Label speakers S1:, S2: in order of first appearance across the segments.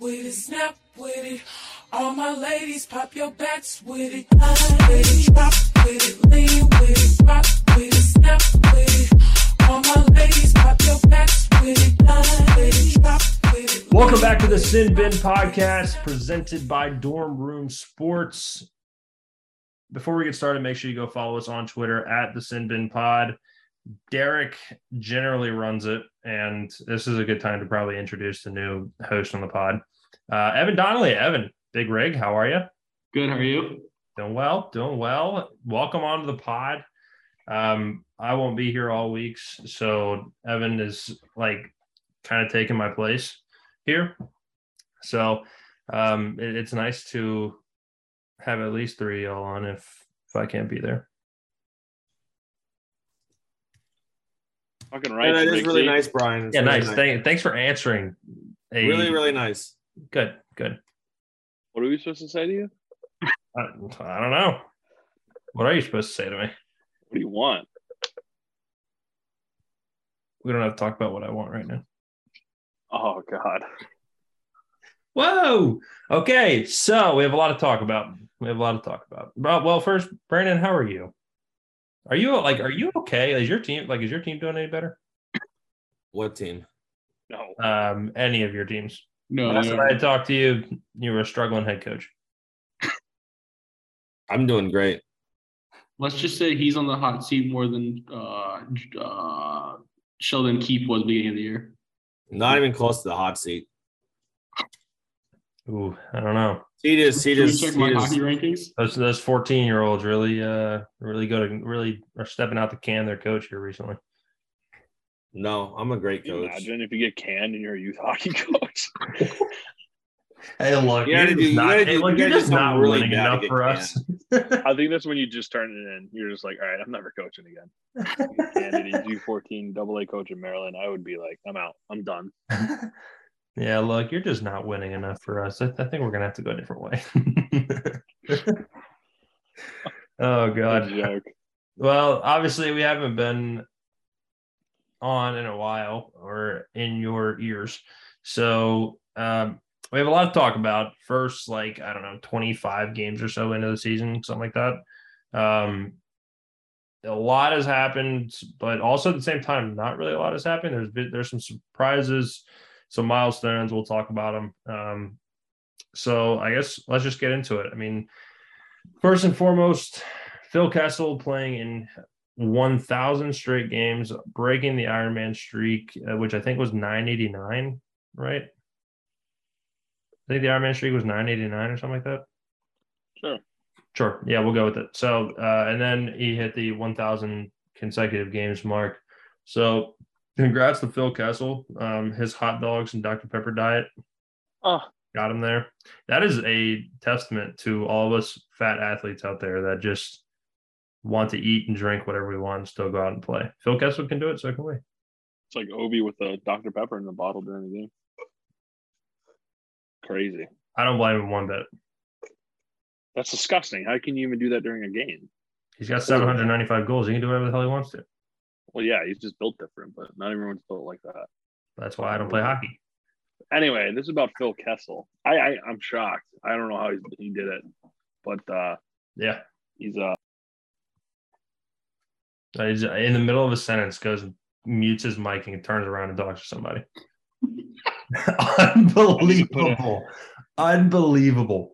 S1: with it, snap with it. All my ladies, pop your backs with it. Pop with it, drop with it, lean with it, rock with it, snap with it. All my ladies, pop your backs with it. Pop with it, drop with it.
S2: Welcome back to the Sin Bin podcast presented by Dorm Room Sports. Before we get started, make sure you go follow us on Twitter at the Sin Bin Pod. Derek generally runs it, and this is a good time to probably introduce the new host on the pod, uh, Evan Donnelly. Evan, big rig, how are you?
S3: Good. How are you?
S2: Doing well, doing well. Welcome onto the pod. Um, I won't be here all weeks, so Evan is like kind of taking my place here. So um, it- it's nice to have at least three of y'all on if if I can't be there.
S4: Fucking
S5: Yeah,
S4: right.
S5: that is really
S4: Riggsy.
S5: nice, Brian. It's
S2: Yeah,
S5: really
S2: nice. Thank, thanks for answering. a-
S5: Really, really nice.
S2: good, good.
S4: What are we supposed to say to you?
S2: I, I don't know. What are you supposed to say to me?
S4: What do you want?
S2: We don't have to talk about what I want right now.
S4: Oh God.
S2: Whoa. Okay. So we have a lot to talk about. We have a lot to talk about. Well, well, first, Brandon, how are you? Are you like, are you okay? Is your team like, is your team doing any better?
S5: What team?
S4: No.
S2: Um, any of your teams?
S3: No,
S2: Last
S3: no.
S2: time I had talked to you, you were a struggling head coach.
S5: I'm doing great.
S3: let's just say he's on the hot seat more than uh, J- uh, Sheldon Keep was beginning of the year.
S5: Not even close to the hot seat.
S2: Ooh, I don't know.
S5: He just, he
S3: Should we
S5: just,
S3: check
S5: he
S3: my
S5: just-
S3: hockey rankings?
S2: Those those fourteen year olds really uh really go to really are stepping out the can their coach here recently.
S5: no, I'm a great
S4: Can you
S5: coach.
S4: imagine if you get canned and you're a youth hockey coach?
S2: Hey, look,
S5: You gotta
S2: you're
S5: do-
S2: just
S5: you
S2: not,
S5: gotta
S2: hey,
S5: do-
S2: look,
S5: you
S2: you're
S5: gotta do
S2: just not
S5: something really
S2: winning
S5: bad to
S2: enough
S5: get
S2: for us.
S4: I think that's when you just turn it in. You're just like, all right, I'm never coaching again. Candid in G14 double A coach in Maryland, I would be like, I'm out. I'm done.
S2: yeah, look, you're just not winning enough for us. I, I think we're gonna have to go a different way. oh
S4: Good
S2: god.
S4: joke.
S2: Well, obviously we haven't been on in a while or in your ears. So um we have a lot to talk about. First, like I don't know, 25 games or so into the season, something like that. Um a lot has happened, but also at the same time, not really a lot has happened. There's been, there's some surprises, some milestones. We'll talk about them. Um, so I guess let's just get into it. I mean, first and foremost, Phil Kessel playing in 1,000 straight games, breaking the Ironman streak, uh, which I think was 989, right? I think the Ironman streak was 989 or something like that.
S4: Sure.
S2: Sure. Yeah, we'll go with it. So, uh, and then he hit the 1,000 consecutive games mark. So, congrats to Phil Kessel. Um, his hot dogs and Dr. Pepper diet
S4: Oh,
S2: got him there. That is a testament to all of us fat athletes out there that just want to eat and drink whatever we want and still go out and play. Phil Kessel can do it, so can we.
S4: it's like Obi with a Dr. Pepper in the bottle during the game. Crazy.
S2: I don't blame him one bit.
S4: That's disgusting. How can you even do that during a game?
S2: He's got 795 goals. He can do whatever the hell he wants to.
S4: Well, yeah, he's just built different, but not everyone's built like that.
S2: That's why I don't play hockey.
S4: anyway, this is about Phil Kessel. I, I I'm shocked. I don't know how he, he did it, but uh,
S2: Yeah.
S4: he's uh
S2: He's uh, in the middle of a sentence, goes and mutes his mic and turns around and talks to somebody. Unbelievable. Unbelievable.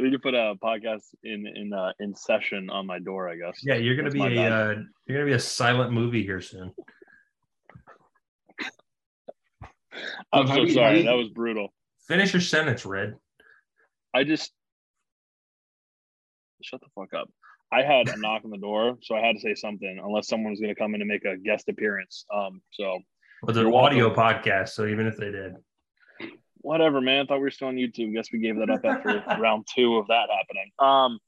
S4: I need to put a podcast in in uh, in session on my door. I guess.
S2: Yeah, you're gonna
S4: That's
S2: be
S4: my
S2: a
S4: bad.
S2: uh, you're gonna be a silent movie here soon.
S4: I'm
S3: How
S4: so
S3: do you- how do
S4: sorry.
S3: you-
S4: That was brutal.
S2: Finish your sentence, Red.
S4: I just shut the fuck up. I had a knock on the door, so I had to say something. Unless someone was going to come in and make a guest appearance. Um. So
S2: Well, it's an
S4: You're welcome.
S2: audio podcast, so even if they did,
S4: whatever, man. I thought we were still on YouTube. Guess we gave that up after round two of that happening. Um,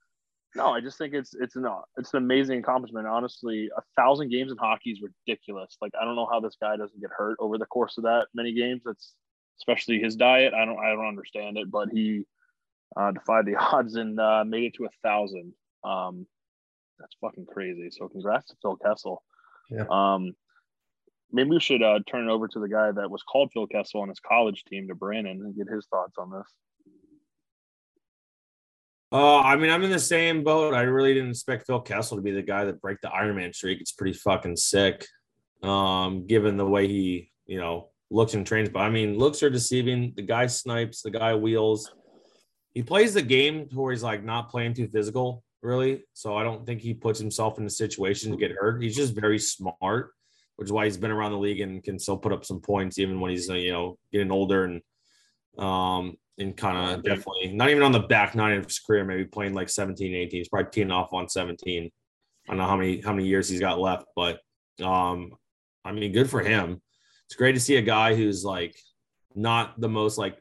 S4: no, I just think it's it's an it's an amazing accomplishment. Honestly, a thousand games in hockey is ridiculous. Like I don't know how this guy doesn't get hurt over the course of that many games. That's especially his diet. I don't I don't understand it, but he uh, defied the odds and uh, made it to a thousand. Um, that's fucking crazy. So congrats to Phil Kessel.
S2: Yeah.
S4: Um, Maybe we should uh, turn it over to the guy that was called Phil Kessel on his college team to Brandon and get his thoughts on this.
S5: Uh, I mean, I'm in the same boat. I really didn't expect Phil Kessel to be the guy that break the Iron Man streak. It's pretty fucking sick, um, given the way he, you know, looks and trains. But I mean, looks are deceiving. The guy snipes. The guy wheels. He plays the game to where he's like not playing too physical, really. So I don't think he puts himself in a situation to get hurt. He's just very smart, which is why he's been around the league and can still put up some points even when he's uh, you know getting older and um and kind of definitely not even on the back nine of his career, maybe playing like 17, 18. He's probably teeing off on 17. I don't know how many how many years he's got left, but um, I mean, good for him. It's great to see a guy who's like not the most like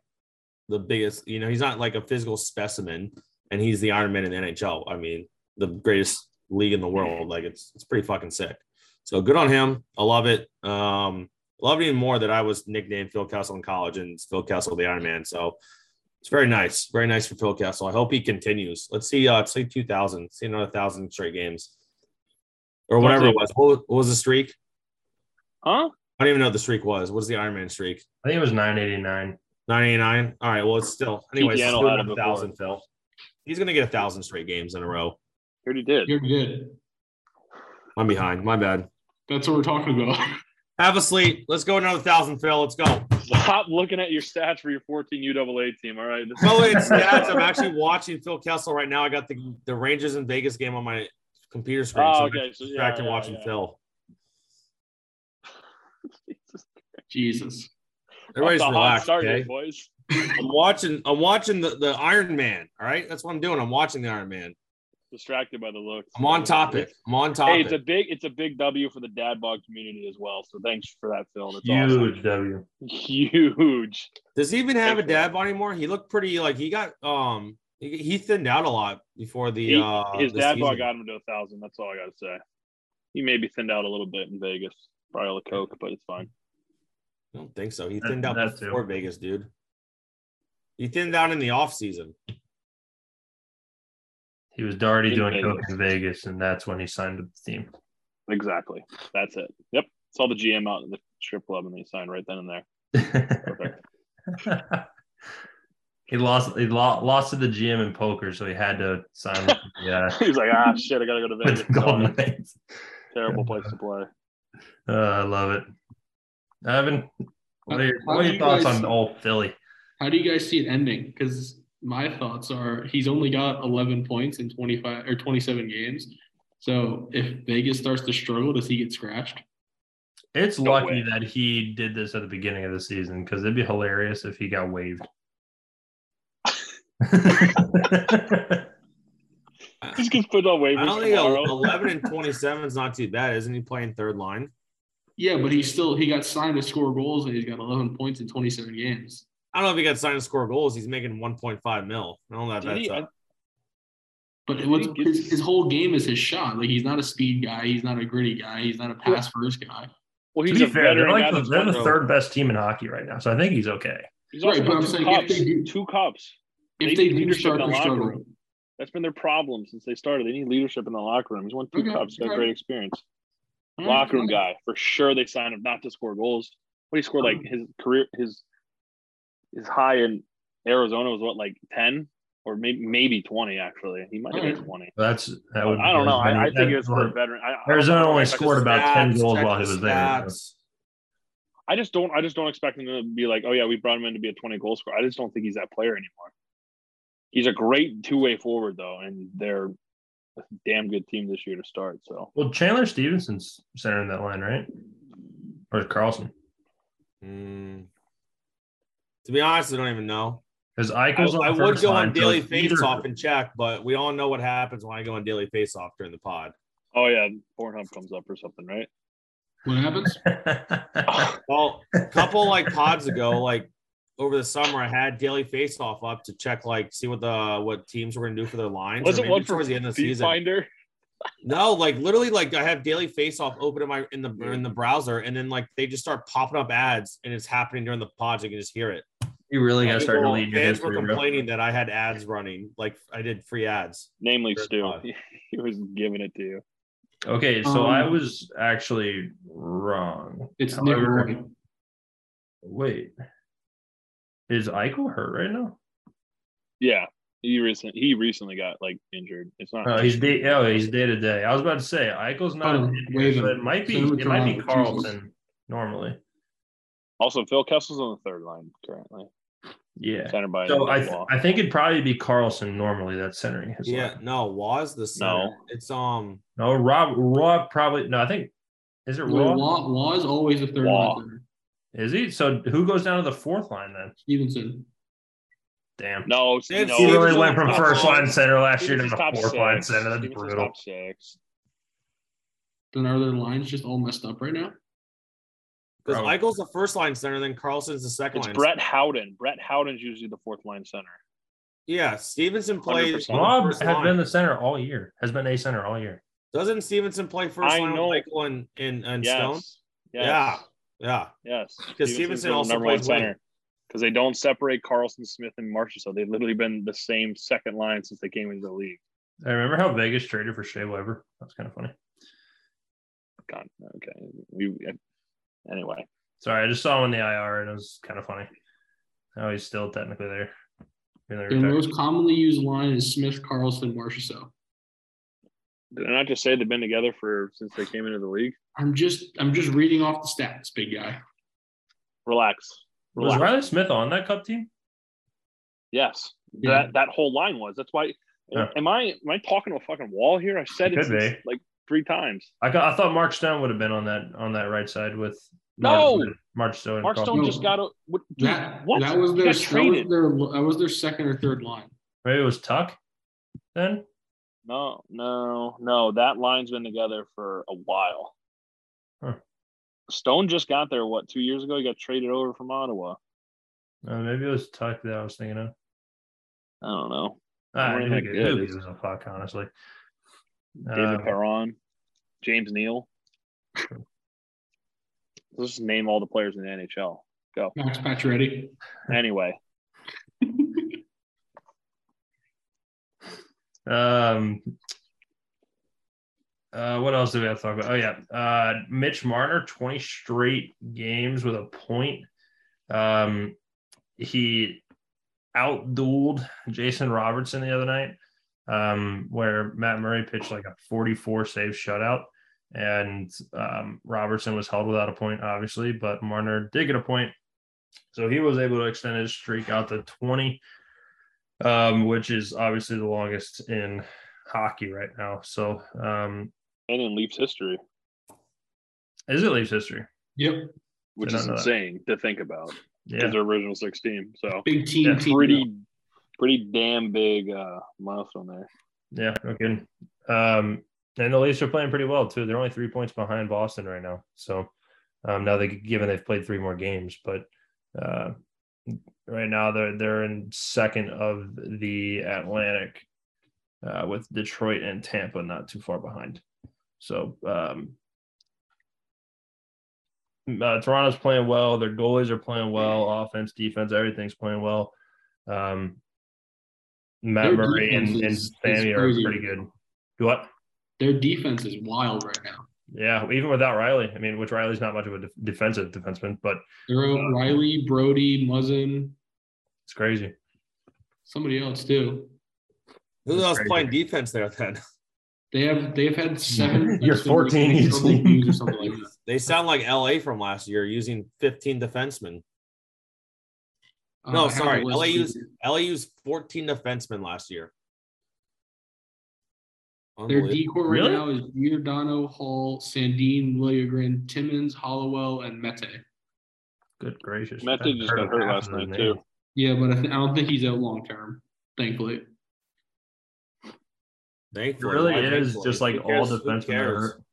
S5: the biggest, you know, he's not like a physical specimen, and he's the Iron Man in the NHL. I mean, the greatest league in the world. Like it's it's pretty fucking sick. So good on him. I love it. Um, love it even more that I was nicknamed Phil Castle in college and it's Phil Castle the Iron Man. So it's very nice, very nice for Phil Castle. I hope he continues. Let's see, uh, let's say two thousand, see another thousand straight games, or whatever it was. What, was. what was the streak?
S4: Huh?
S5: I don't even know what the streak was. What's the Iron Man streak?
S2: I think it was 989.
S5: Nine eighty nine. All right. Well, it's still anyways.
S4: Seattle had it
S5: A
S4: before.
S5: thousand, Phil. He's gonna get a thousand straight games in a row.
S4: He already did.
S3: You're good.
S5: I'm behind. My bad.
S3: That's what we're talking about.
S5: Have a sleep. Let's go another thousand, Phil. Let's go.
S4: Stop looking at your stats for your 14 UAA team. All right. This-
S5: Oh, it's stats. I'm actually watching Phil Kessel right now. I got the, the Rangers and Vegas game on my computer screen.
S4: Oh,
S5: so
S4: okay.
S5: I'm
S4: So, yeah,
S5: distracted
S4: yeah,
S5: watching
S4: yeah.
S5: Phil.
S4: Jesus.
S3: Jesus.
S5: Everybody's
S4: Off to a hot
S5: relaxed.
S4: start here,
S5: Okay?
S4: boys.
S5: I'm watching. I'm watching the, the Iron Man. All right, that's what I'm doing. I'm watching the Iron Man.
S4: Distracted by the looks.
S5: I'm on topic. I'm on
S4: Hey,
S5: topic.
S4: it's a big, it's a big W for the dad bod community as well. So thanks for that, Phil. That's
S2: Huge
S4: awesome.
S2: W.
S4: Huge.
S5: Does he even have a
S4: Thank you.
S5: dad bod anymore? He looked pretty. Like he got um. He, he thinned out a lot before the
S4: He-
S5: uh.
S4: His
S5: the
S4: dad bod
S5: season.
S4: got him to a thousand. That's all I gotta say. He may be thinned out a little bit in Vegas, probably all the coke, but it's fine.
S5: I don't think so. He
S2: That-
S5: thinned
S2: that
S5: out
S2: too.
S5: before Vegas, dude. He thinned out in the off season.
S2: He was already
S4: In
S2: doing
S4: Vegas.
S2: coke in Vegas, and that's when he signed with the team.
S4: Exactly. That's it. Yep. Saw the GM out in the strip club and he signed right then and there. Perfect.
S2: he lost. He lo- lost to the GM in poker, so he had to sign with the, uh,
S4: He's like, ah, shit, I gotta go to
S2: with
S4: Vegas.
S2: the Golden Knights.
S4: Terrible place to play.
S2: Uh, I love it, Evan. What are your,
S3: How
S2: what are
S3: do
S2: your
S3: you
S2: thoughts
S3: guys-
S2: on old Philly?
S3: How do you guys see it ending? Because my thoughts are he's only got 11 points in 25 or 27 games. So if Vegas starts to struggle, does he get scratched?
S2: It's
S4: No
S2: lucky
S4: way.
S2: that he did this at the beginning of the season because it'd be hilarious if he got waived.
S4: Just gets put on
S5: I
S4: waivers
S5: don't think
S4: tomorrow.
S5: 11 and 27 is not too bad. Isn't he playing third line?
S3: Yeah, but he's still he got signed to score goals and he's got 11 points in 27 games.
S5: I don't know if he got signed to score goals. He's making 1.5 mil. I don't know if
S4: Did
S5: that's
S4: he-
S5: up.
S3: But it
S4: Did
S3: was,
S4: he get-
S3: his, his whole game is his shot. Like he's not a speed guy, he's not a gritty guy, he's not a pass first guy.
S4: Well,
S2: to
S4: he's
S2: be
S4: a
S2: fair, they're,
S4: veteran
S2: like
S4: guy
S2: the,
S4: that's
S2: they're
S4: won
S2: the third best team in hockey right now, so I think he's okay.
S4: He's also
S3: Right, but
S4: won
S3: I'm
S4: two
S3: saying if
S4: cups.
S3: they do-
S4: two cups.
S3: If
S4: They
S3: they,
S4: need
S3: do
S4: leadership
S3: start
S4: in
S3: to
S4: the locker
S3: struggle,
S4: room. That's been their problem since they started. They need leadership in the locker room. He's won two
S3: Okay,
S4: cups. Got
S3: alright.
S4: great experience. Locker room guy for sure. They signed him not to score goals. What he scored like his career his his high in Arizona was what like ten or maybe maybe twenty actually. He might have been
S3: Alright.
S4: twenty.
S2: That's that would.
S4: I don't know. I, I
S2: that-
S4: think it was for a veteran. I- I, don't
S2: Arizona
S4: know if
S2: only
S4: I just-
S2: scored about 10 goals
S5: Check
S2: while he
S5: the
S2: was there.
S5: stats.
S4: I just don't. I just don't expect him to be like, oh yeah, we brought him in to be a twenty goal scorer. I just don't think he's that player anymore. He's a great two way forward though, and they're a damn good team this year to start. So
S2: Well, Chandler Stevenson's centering that line, right? Or is Carlson?
S5: Mm. To be honest, I don't even know.
S2: Because
S5: I,
S2: Eichel's on
S5: I
S2: the
S5: would
S2: first
S5: go
S2: line,
S5: on daily
S2: so it's either-
S5: face off and check, but we all know what happens when I go on daily face off during the pod.
S4: oh yeah, Pornhub comes up or something, right?
S3: What happens?
S5: Well, a couple like pods ago, like over the summer, I had daily face off up to check, like, see what the what teams were going to do for their lines. or
S4: Wasn't
S5: maybe
S4: one
S5: it's
S4: for
S5: towards the end of the
S4: Feet
S5: season.
S4: Finder.
S5: No, like literally, like I have daily face off open in my in the in the browser, and then like they just start popping up ads, and it's happening during the pod. You can just hear it.
S2: you really got to start
S5: People-
S2: deleting your
S5: fans were
S2: history. bro.
S5: complaining that I had ads running, like I did free ads.
S4: namely
S5: Good
S4: Stu.
S5: God.
S4: he was giving it to you.
S2: Okay, so
S3: Um,
S2: I was actually wrong.
S3: It's
S2: However,
S3: never right.
S2: Wait, is Eichel hurt right now?
S4: Yeah, he recent he recently got like injured. It's not.
S2: Oh, he's day. Oh, he's day to day. I was about to say Eichel's not,
S3: Oh,
S2: in here,
S3: wait a
S2: so it
S3: minute.
S2: might be
S3: So
S2: it might be
S3: Jesus.
S2: Carlson normally.
S4: also, Phil Kessel's on the third line currently,
S2: Yeah.
S4: center by.
S2: So I th-
S4: Wall.
S2: I think it'd probably be Carlson normally that's centering his
S5: Yeah,
S2: line.
S5: no, Waz the center. It's um
S2: No, Rob Raw probably no. I think is it
S3: Well,
S2: Raw?
S3: Law, Law is always the third
S4: Law.
S3: line.
S2: Is he? So who goes down to the fourth line then?
S3: Stevenson.
S2: Damn.
S4: no,
S5: They have
S4: no,
S2: He
S5: Stevens
S2: really
S5: on
S2: went from
S5: top
S2: first
S5: line.
S2: line center last year
S4: Stevens
S2: to
S4: is
S2: the
S4: top
S2: fourth line
S4: six.
S2: center. That's
S4: Stevens is
S2: brutal.
S4: top six.
S3: Then are their lines just all messed up right now?
S5: because
S2: Probably.
S5: Eichel's the first line center, then Carlson's the second
S4: It's
S5: line.
S4: Brett Howden. Brett Howden's usually the fourth line center.
S5: Yeah, Stevenson plays.
S4: 100%.
S5: on the
S2: Rob
S5: first
S2: has
S5: line.
S2: been the center all year. Has been a center all year.
S5: Doesn't Stevenson play first
S4: I
S5: line
S4: know.
S5: with Eichel and, and, and
S4: Yes.
S5: Stone?
S4: Yes.
S5: Yeah.
S4: Yes.
S5: Because Stevenson
S4: the
S5: also
S4: number
S5: plays
S4: one
S5: wing.
S4: center. Because they don't separate Carlson, Smith, and Marshall. So they've literally been the same second line since they came into the league.
S2: I remember how Vegas traded for Shea Weber. That's kind of funny.
S4: God, okay. We, anyway,
S2: Sorry, I just saw him in the IR and it was kind of funny. How he's still technically there. Even though he
S3: Their
S2: retired.
S3: most commonly used line is Smith, Carlson, Marchessault.
S4: did I not just say they've been together for since they came into the league?
S3: I'm just I'm just reading off the stats, big guy.
S4: Relax.
S2: Was Riley Smith on that cup team?
S4: Yes,
S3: Yeah.
S4: that that whole line was. That's why.
S2: Yeah.
S4: Am I am I talking to a fucking wall here? I said
S2: Could
S4: it since,
S2: be.
S4: like three times.
S2: I got, I thought Mark Stone would have been on that on that right side with
S4: No!
S2: Mark, Mark Stone.
S4: Mark Stone
S3: No.
S4: just got a what, dude,
S3: That
S4: what?
S3: that was
S4: He
S3: their
S4: got
S3: that was
S4: traded.
S3: their that was their second or third line.
S2: Maybe it was Tuck. Then
S4: No, no, no. That line's been together for a while.
S2: Huh.
S4: Stone just got there, what, two years ago? He got traded over from Ottawa.
S2: uh, maybe it was Tuck that I was thinking of. Ah,
S4: I don't know.
S2: I
S4: We're
S2: knew
S4: not
S2: it-
S4: good.
S2: knew it was a fuck, honestly.
S4: David
S2: Uh,
S4: Perron, James Neal. Let's just name all the players in the NHL. Go.
S3: Max Pacioretty.
S4: Anyway,
S2: Um, uh, what else do we have to talk about? Oh yeah, uh, Mitch Marner, twenty straight games with a point. Um, he outdueled Jason Robertson the other night, um, where Matt Murray pitched like a forty-four save shutout, and um, Robertson was held without a point, obviously, but Marner did get a point, so he was able to extend his streak out to twenty um, which is obviously the longest in hockey right now. So, um,
S4: and in Leafs history,
S2: is it Leafs history?
S3: Yep.
S4: which
S2: Did not
S4: is
S2: know that.
S4: insane to think about. Is
S2: Yeah,
S4: their original six team. So
S3: Big team
S2: Yeah,
S3: team.
S4: pretty pretty damn big uh milestone there.
S2: yeah, okay. Um, and the Leafs are playing pretty well too. They're only three points behind Boston right now. So, um, now they given they've played three more games, but uh, right now they're they're in second of the Atlantic uh, with Detroit and Tampa not too far behind. So um, uh, Toronto's playing well. Their goalies are playing well. Offense, defense, everything's playing well. Um, Matt
S3: Their
S2: Murray and,
S3: defense
S2: and
S3: is- is
S2: Sammy are
S3: crazy.
S2: pretty good. Do What?
S3: Their defense is wild right now.
S2: Yeah, even without Riley. I mean, which Riley's not much of a def- defensive defenseman, but
S3: They're out Riley, Brody, Muzzin,
S2: it's crazy.
S3: somebody else too.
S5: Who
S2: That's
S5: else
S2: crazy.
S5: playing defense there then?
S3: They have they've had seven.
S2: You're
S3: that's been like
S2: 14 each
S3: double
S2: team.
S3: views or something like that.
S5: They sound like LA from last year using 15 defensemen.
S3: Uh,
S5: No,
S3: I have
S5: sorry,
S3: the list.
S5: LAU's LA used 14 defensemen last year.
S3: Their
S5: Unbelievable.
S3: decor right
S2: Really?
S3: now is Giordano, Hall, Sandine, Williagrin, Timmins, Hollowell, and Mete.
S2: Good gracious.
S4: Mete
S2: I've
S4: just
S2: heard
S4: got
S2: of
S4: hurt
S2: half
S4: last
S2: of those
S4: night,
S2: names.
S4: too.
S3: Yeah, but I, th- I don't think he's out long term, thankfully.
S2: It
S5: Thankfully,
S2: really
S5: why
S2: is
S5: thankfully?
S2: just like
S5: Who
S2: all
S5: cares? Who
S2: defensemen are
S5: cares?
S2: hurt.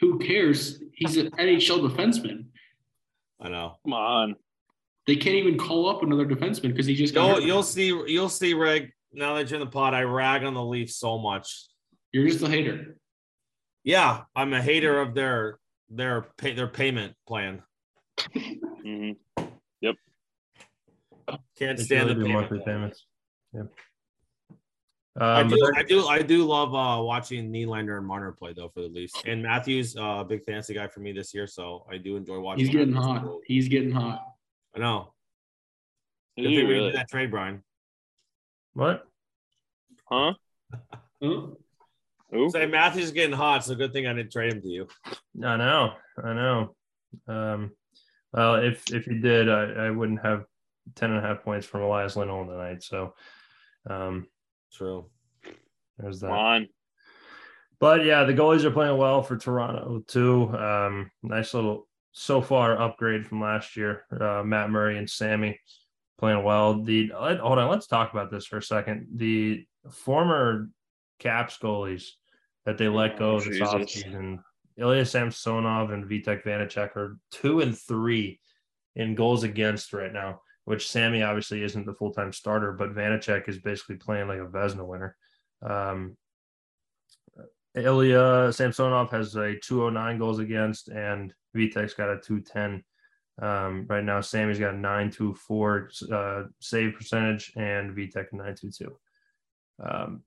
S3: Who cares? He's an NHL defenseman.
S5: I know.
S4: Come on.
S3: They can't even call up another defenseman because he just got
S5: You'll,
S3: hurt.
S5: you'll see. You'll see. Reg. Now that you're in the pod, I rag on the Leafs so much.
S3: You're just a hater.
S5: Yeah, I'm a hater
S2: Mm-hmm.
S5: of their their pay, their payment plan.
S4: hmm
S5: Can't
S2: They should
S5: stand
S2: really
S5: the
S2: do
S5: payment.
S2: monthly
S5: plan.
S2: payments. Yeah.
S5: I
S2: Um, but
S5: do,
S2: they're-
S5: I do, I do love uh, watching Nylander and Marner play though for the Leafs. And Matthews, uh, big fantasy guy for me this year, so I do enjoy watching.
S3: He's getting
S5: Matthews
S3: hot.
S5: go.
S3: He's getting hot.
S5: I know.
S4: Did
S5: Good
S4: you
S5: thing we
S4: really?
S5: did that trade, Brian.
S2: what?
S4: Huh?
S3: Huh?
S4: Who?
S5: Say Matthews is getting hot, so good thing I didn't trade him to you.
S2: I know, I know. Um, well, if if you did, I, I wouldn't have ten and a half points from Elias Lindholm tonight. So, um,
S5: True.
S2: there's that.
S4: Come on.
S2: But yeah, the goalies are playing well for Toronto too. Um, nice little so far upgrade from last year. Uh, Matt Murray and Sammy playing well. The let, hold on, let's talk about this for a second. The former Caps goalies that they let go this
S4: Jesus.
S2: offseason, Ilya Samsonov and Vitek Vanacek are two and three in goals against right now. Which Sammy obviously isn't the full time starter, but Vanacek is basically playing like a Vesna winner. Um, Ilya Samsonov has a 209 goals against, and Vitek's got a 210. Um, right now, Sammy's got a 924 uh, save percentage, and Vitek a 922. Um,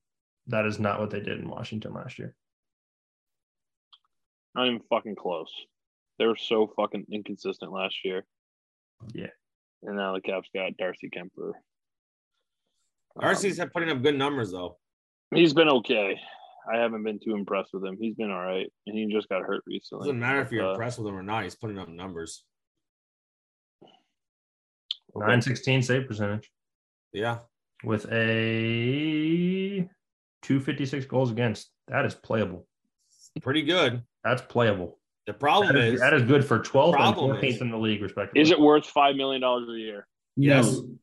S2: that is not what they did in Washington last year.
S4: Not even fucking close. They were so fucking inconsistent last year.
S2: Yeah.
S4: And now the Caps got Darcy Kemper. Um,
S5: RC's have putting up good numbers though.
S4: He's been okay. I haven't been too impressed with him. He's been all right, and he just got hurt recently.
S5: Doesn't matter if you're
S4: Uh,
S5: impressed with him or not. He's putting up numbers.
S4: okay.
S2: 916 save percentage
S5: Yeah,
S2: with a 256 goals against. That is playable.
S5: pretty good.
S2: That's playable.
S5: The problem
S2: That
S5: is
S2: is, that is good for 12th and
S5: Problem
S2: 14th
S5: is-
S2: in the league, respectively.
S4: Is it worth five million dollars a year?
S5: Yes.
S3: No.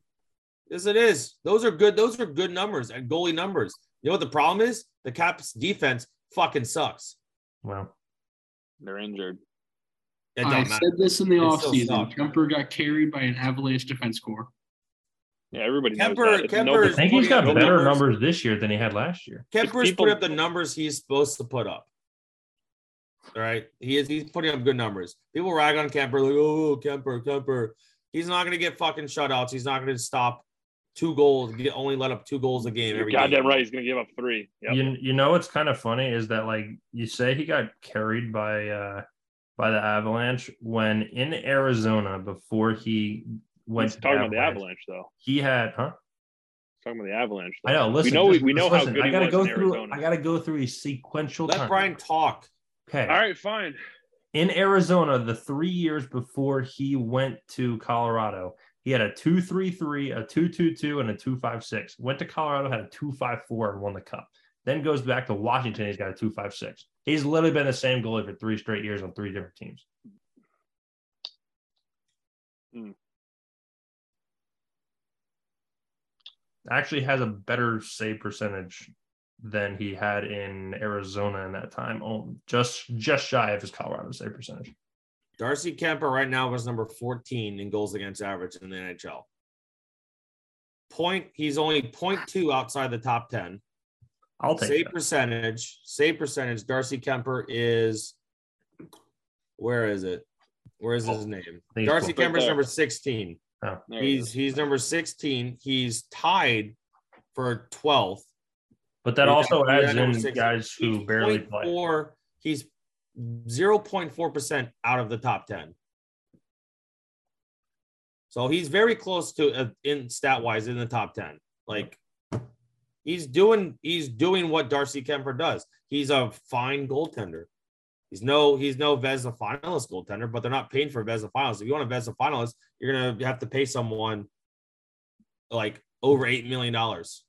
S5: Yes, it is. Those are good. Those are good numbers and goalie numbers. You know what the problem is? The Caps defense fucking sucks.
S2: Well,
S4: They're injured.
S5: It
S3: I
S5: don't matter.
S3: said this in the
S5: It still
S3: offseason.
S5: sucked.
S3: Kemper got carried by an Avalanche defense corps.
S4: Yeah, everybody
S5: Kemper-
S4: knows that. If
S5: Kemper
S4: nobody-
S2: I think he's got
S5: Goal
S2: better
S5: numbers.
S2: numbers this year than he had last year.
S5: Kemper's
S4: people-
S5: put up the numbers he's supposed to put up. All right. He is he's putting up good numbers. People rag on Kemper, like, oh Kemper, Kemper. He's not gonna get fucking shutouts. He's not gonna stop two goals, get only let up two goals a game
S4: You're
S5: every
S4: goddamn
S5: game.
S4: right. He's gonna give up three. Yep.
S2: You you know what's kind of funny is that like you say he got carried by uh by the Avalanche when in Arizona before he went
S4: He's
S2: to
S4: talking about the Avalanche, though.
S2: He had huh?
S4: He's talking about the Avalanche. Though.
S2: I know. Listen,
S4: know-
S2: listen,
S4: we know
S2: listen,
S4: how
S2: listen.
S4: good
S2: I
S4: he
S2: gotta
S4: was
S2: go
S4: in
S2: through.
S4: Arizona.
S2: I gotta go through a sequential.
S5: Let
S2: time.
S5: Brian talk.
S2: Okay.
S4: All right, fine.
S2: In Arizona, the three years before he went to Colorado, he had a two three three, a two two two, and a two five six. Went to Colorado, had a two five four, and won the cup. Then goes back to Washington. He's got a two five six. He's literally been the same goalie for three straight years on three different teams.
S4: Hmm.
S2: Actually, has a better save percentage than he had in Arizona in that time. Oh, just just shy of his Colorado save percentage.
S5: Darcy Kemper right now was number 14 in goals against average in the NHL. Point he's only 0.2 outside the top 10.
S2: I'll take
S5: save
S2: that.
S5: percentage, save percentage. Darcy Kemper is where is it? Where
S2: Oh,
S5: is his name?
S2: think it's
S5: Darcy
S2: right
S5: Kemper's
S4: there.
S5: number 16.
S4: There we
S5: He's he's number 16. He's tied for 12th.
S2: But that
S5: He's
S2: also
S5: at- he's
S2: adds
S5: at number
S2: in
S5: 16.
S2: guys who
S5: He's
S2: barely play.
S5: 0.4 He's 0.4% out of the top 10. So he's very close to uh, in stat wise in the top 10. Like he's doing he's doing what Darcy Kemper does. He's a fine goaltender. He's no he's no Vesna finalist goaltender, but they're not paying for a Vesna finalist. If you want a Vesna finalist, you're gonna have to pay someone like over eight million dollars.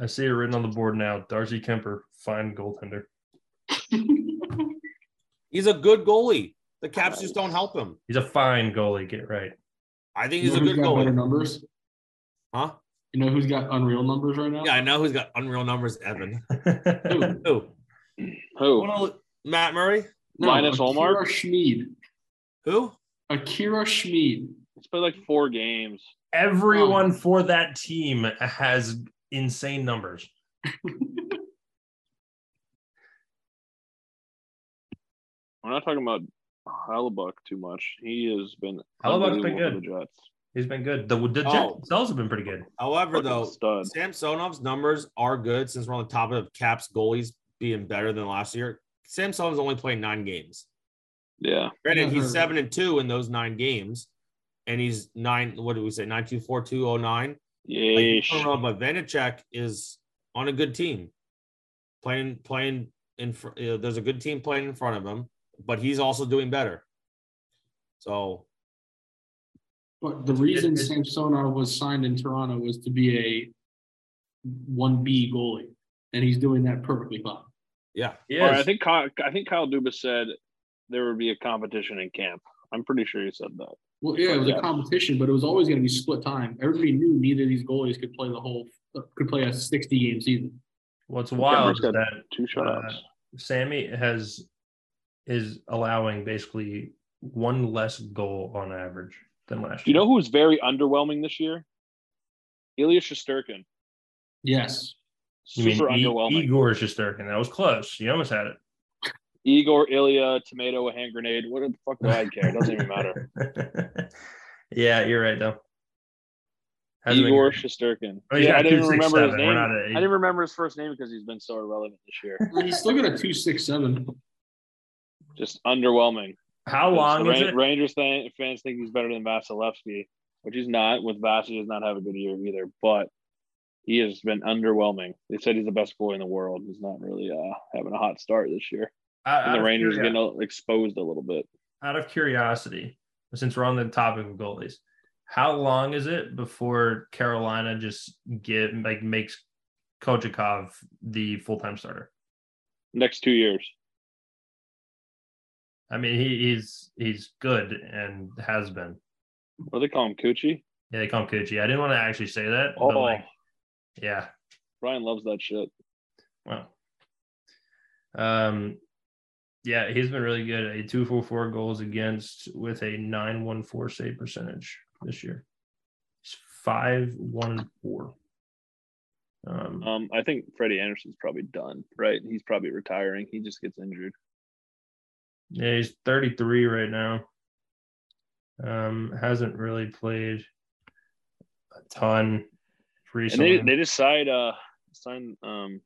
S2: I see it written on the board now. Darcy Kemper, fine goaltender.
S5: He's a good goalie. The Caps just don't help him.
S2: He's a fine goalie. Get it right.
S5: I think
S3: You
S5: he's
S3: know
S5: a
S3: who's
S5: good
S3: got better
S5: goalie.
S3: numbers?
S5: Huh?
S3: You know who's got unreal numbers right now?
S5: Yeah, I know who's got unreal numbers, Evan.
S2: Dude,
S5: Who?
S4: Who?
S5: Wanna- Matt Murray?
S4: Linus Ullmark?
S3: Akira Schmid.
S5: Who?
S3: Akira Schmid.
S4: It's played like four games.
S2: Everyone for that team has insane numbers.
S4: We're not talking about Halibut too much. He has been
S2: Hellebuck's been
S4: unbelievable for
S2: good.
S4: The Jets.
S2: He's been good. The, the Jets
S5: Oh.
S2: themselves have been pretty good.
S5: However,
S4: Fucking
S5: though,
S4: stud.
S5: Samsonov's numbers are good since we're on the top of Caps goalies being better than last year. Samsonov's only played nine games.
S4: Yeah.
S5: Granted,
S3: Yeah,
S5: he's
S3: her-
S5: seven and two in those nine games, and he's nine. What did we say? Nine two four two oh nine. Like, you
S4: Yeesh.
S5: don't know, but Vanacek is on a good team, playing playing in. fr- You know, there's a good team playing in front of him, but he's also doing better. So
S3: But the reason
S2: it-
S3: Samsonov was signed in Toronto was to be a one B goalie, and he's doing that perfectly fine.
S5: yeah,
S2: Yeah,
S4: All right, I think Kyle, I think Kyle Dubas said there would be a competition in camp. I'm pretty sure he said that.
S3: Well, yeah, it was
S4: Yeah.
S3: a competition, but it was always going to be split time. Everybody knew neither of these goalies could play the whole could play a sixty game season.
S2: what's
S4: Yeah,
S2: wild
S4: he's
S2: is
S4: got-
S2: that
S4: Two shutouts.
S2: Sammy has is allowing basically one less goal on average than last
S4: Do you
S2: year.
S4: know who's very underwhelming this year? Ilya Shosturkin.
S3: Yes,
S2: You
S4: Super
S2: mean, E-
S4: underwhelming.
S2: Igor Shesterkin. That was close. You almost had it.
S4: Igor, Ilya, tomato, a hand grenade. What the fuck do I care? It doesn't even matter.
S2: yeah, you're right though. Hasn't been
S4: Igor
S2: great.
S4: Shosturkin.
S2: Oh, he's
S4: yeah,
S2: got
S4: I didn't
S2: two,
S4: even
S2: six,
S4: remember his
S2: seven. We're
S4: name.
S2: not at
S4: I
S2: eight.
S4: didn't remember his first name because he's been so irrelevant this year.
S3: And he's still got a two six seven.
S4: Just underwhelming.
S2: How long
S4: Ra-
S2: is it?
S4: Rangers fan- fans think he's better than Vasilevsky, which he's not. With Vas, he does not have a good year either, but he has been underwhelming. They said he's the best goalie in the world. He's not really uh, having a hot start this year.
S2: Out-
S4: And
S2: out
S4: the
S2: of
S4: Rangers are
S2: curiosity-
S4: getting uh, exposed a little bit.
S2: out of curiosity, since we're on the topic of goalies, how long is it before Carolina just get like makes Kojakov the full time starter?
S4: Next two years.
S2: I mean, he, he's he's good and has been.
S4: What do they call him? Coochie?
S2: Yeah, they call him Coochie. I didn't want to actually say that,
S4: Oh,
S2: but like, yeah,
S4: Brian loves that shit.
S2: well, um, yeah, he's been really good. A two four four goals against with a nine one four save percentage this year. It's five one four. Um,
S4: Um, I think Freddie Anderson's probably done, right? He's probably retiring. He just gets injured.
S2: Yeah, he's 33 right now. Um, hasn't really played a ton
S4: And
S2: recently.
S4: they, they just signed, uh, signed, um,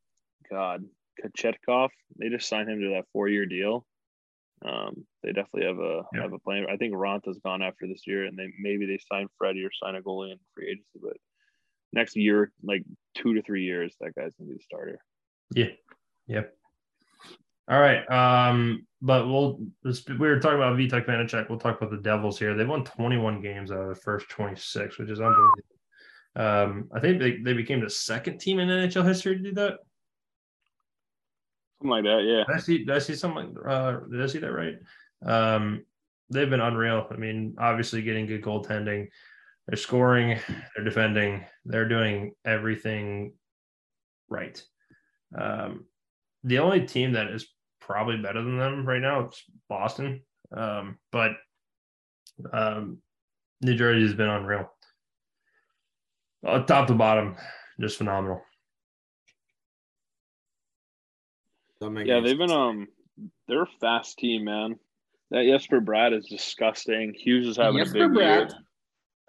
S4: God, Kachetkov. They just signed him to that four year deal. Um, they definitely have a
S2: Yeah.
S4: have a plan. I think Ronta's gone after this year, and they maybe they sign Freddie or sign a goalie in free agency. But next year, like two to three years, that guy's gonna be the starter.
S2: yeah, yep. All right. Um, but we'll let's- we were talking about Vitek Vanacek. We'll talk about the Devils here. They won 21 games out of the first 26, which is unbelievable. Um, I think they, they became the second team in NHL history to do that.
S4: Something like that, yeah.
S2: Did I see, did I see something? Uh, did I see that right? Um, they've been unreal. I mean, obviously getting good goaltending, they're scoring, they're defending, they're doing everything right. Um, the only team that is probably better than them right now is Boston, um, but um, New Jersey has been unreal, uh, top to bottom, just phenomenal.
S5: that makes
S4: Yeah, they've been um, they're a fast team, man. That Jesper Brad is disgusting. Hughes is having
S3: Jesper
S4: a big
S3: Bratt.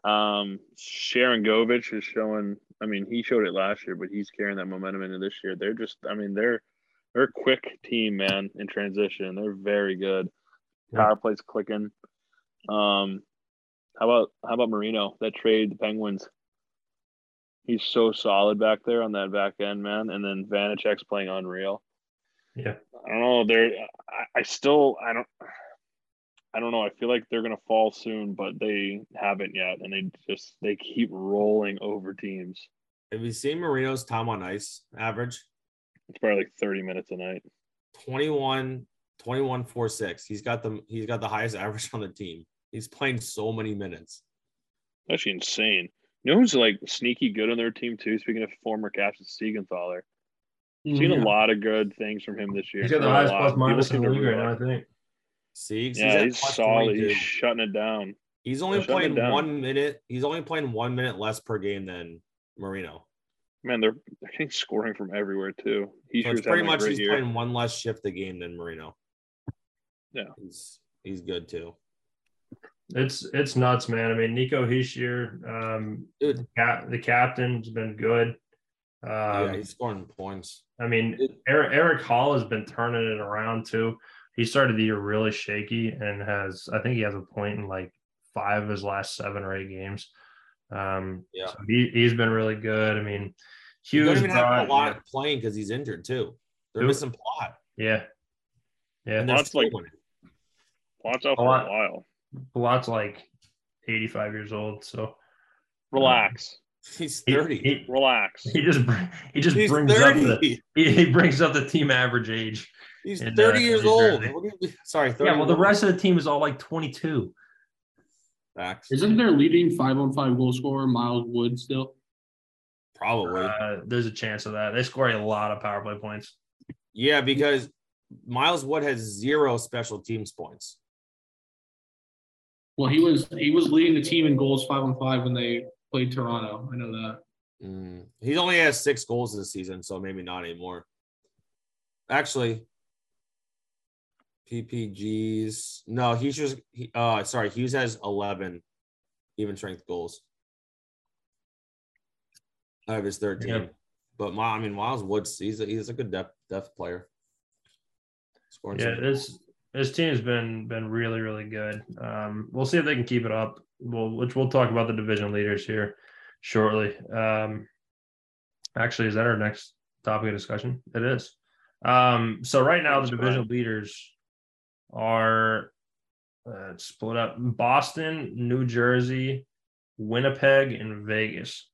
S4: year. Um, Sharon Govich is showing. I mean, he showed it last year, but he's carrying that momentum into this year. They're just, I mean, they're they're a quick team, man. In transition, they're very good.
S2: Yeah.
S4: Power play's clicking. Um, how about how about Marino? That trade the Penguins. He's so solid back there on that back end, man. And then Vanacek's playing unreal.
S2: Yeah.
S4: I don't know. They're I, I still I don't I don't know. I feel like they're gonna fall soon, but they haven't yet, and they just they keep rolling over teams.
S5: Have you seen Marino's time on ice average?
S4: It's probably like thirty minutes a night.
S5: 21 21 4 6 he's got the he's got the highest average on the team he's playing so many minutes
S4: That's actually insane. You know who's like sneaky good on their team too? Speaking of former captain Siegenthaler, seen a lot of good things from him this year.
S2: Mm, He's got the
S4: A
S2: highest
S4: lot.
S2: plus minus
S4: People
S2: in the
S4: seem
S2: league
S4: to
S2: right now, I
S4: realize-
S2: think.
S5: see
S4: Yeah,
S5: at
S4: he's
S5: plus
S4: solid.
S5: 22.
S4: He's shutting it down.
S5: He's only
S4: They're shutting
S5: playing
S4: it down.
S5: one minute he's only playing one minute less per game than marino
S4: Man, they're they're getting scoring from everywhere too. He
S5: so
S4: sure's
S5: it's pretty
S4: having a
S5: much
S4: great
S5: he's
S4: year.
S5: playing one less shift a game than marino
S4: Yeah.
S5: he's he's good too
S2: It's it's nuts, man. I mean, Nico Heishier, um,
S5: Dude.
S2: cap, the captain's been good. Um,
S5: yeah, he's scoring points.
S2: I mean,
S5: It-
S2: Eric, Eric Hall has been turning it around too. He started the year really shaky and has, I think he has a point in like five of his last seven or eight games. Um,
S5: Yeah.
S2: so he, he's been really good. I mean,
S5: You don't
S2: Hughes,
S5: even
S2: brought-
S5: have a lot playing because he's injured too. They're
S2: Who?
S5: missing plot.
S2: yeah. Yeah.
S5: And they're
S4: Plot's
S5: still
S4: like-
S5: winning.
S4: Watch out
S2: A
S4: for
S2: lot.
S4: a while.
S2: Lot's like 85 years old. So
S4: Relax.
S5: he's
S2: he,
S5: 30.
S2: he,
S4: Relax.
S2: he just, br- he just
S5: he's
S2: brings up the,
S5: 30.
S2: he, he brings up the team average age.
S5: He's
S2: And,
S5: 30
S2: uh,
S5: years
S2: he's
S5: old.
S2: dirty.
S5: What do you- Sorry, 30
S2: Yeah. Well, the rest of the team is all like 22.
S5: Facts.
S3: Isn't their leading five on five goal scorer Miles Wood still?
S5: Probably.
S2: Uh, there's a chance of that. They score a lot of power play points.
S5: Yeah, because Miles Wood has zero special teams points.
S3: Well, he was he was leading the team in goals five on five when they played Toronto. I know that.
S5: Mm, He only has six goals this season, so maybe not anymore. Actually, PPGs. No, he's just. He, uh, sorry, Hughes has eleven even strength goals out of his thirteen.
S2: Yep.
S5: But my, I mean, Miles Woods. He's a, he's a good depth depth player. Scoring
S2: Yeah,
S5: some-
S2: this this team's been been really really good. Um, we'll see if they can keep it up. We'll which we'll talk about the division leaders here shortly. Um, actually, is that our next topic of discussion? It is. Um, so right now the
S4: That's
S2: division leaders are uh, split up: Boston, New Jersey, Winnipeg, and Vegas.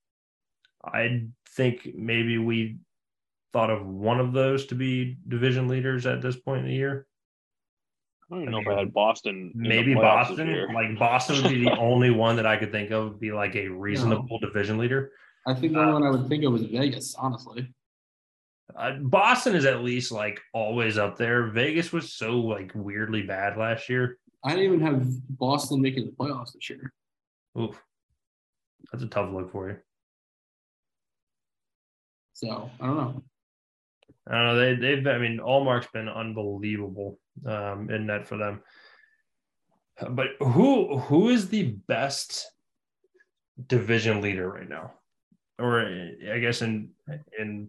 S2: I think maybe we thought of one of those to be division leaders at this point in the year.
S4: I don't even know if I had Boston. in the
S2: Maybe
S4: playoffs this
S2: Boston.
S4: year.
S2: Like Boston would be the only one that I could think of would be like a reasonable division leader.
S3: I think the only one I would think of was Vegas, honestly.
S2: Uh, Boston is at least like always up there. Vegas was so like weirdly bad last year.
S3: I didn't even have Boston making the playoffs this year.
S2: Oof. That's a tough look for you.
S3: So I don't know.
S2: I don't know. They they've been, I mean, Allmark's been unbelievable um, in net for them. But who who is the best division leader right now? Or uh, I guess in in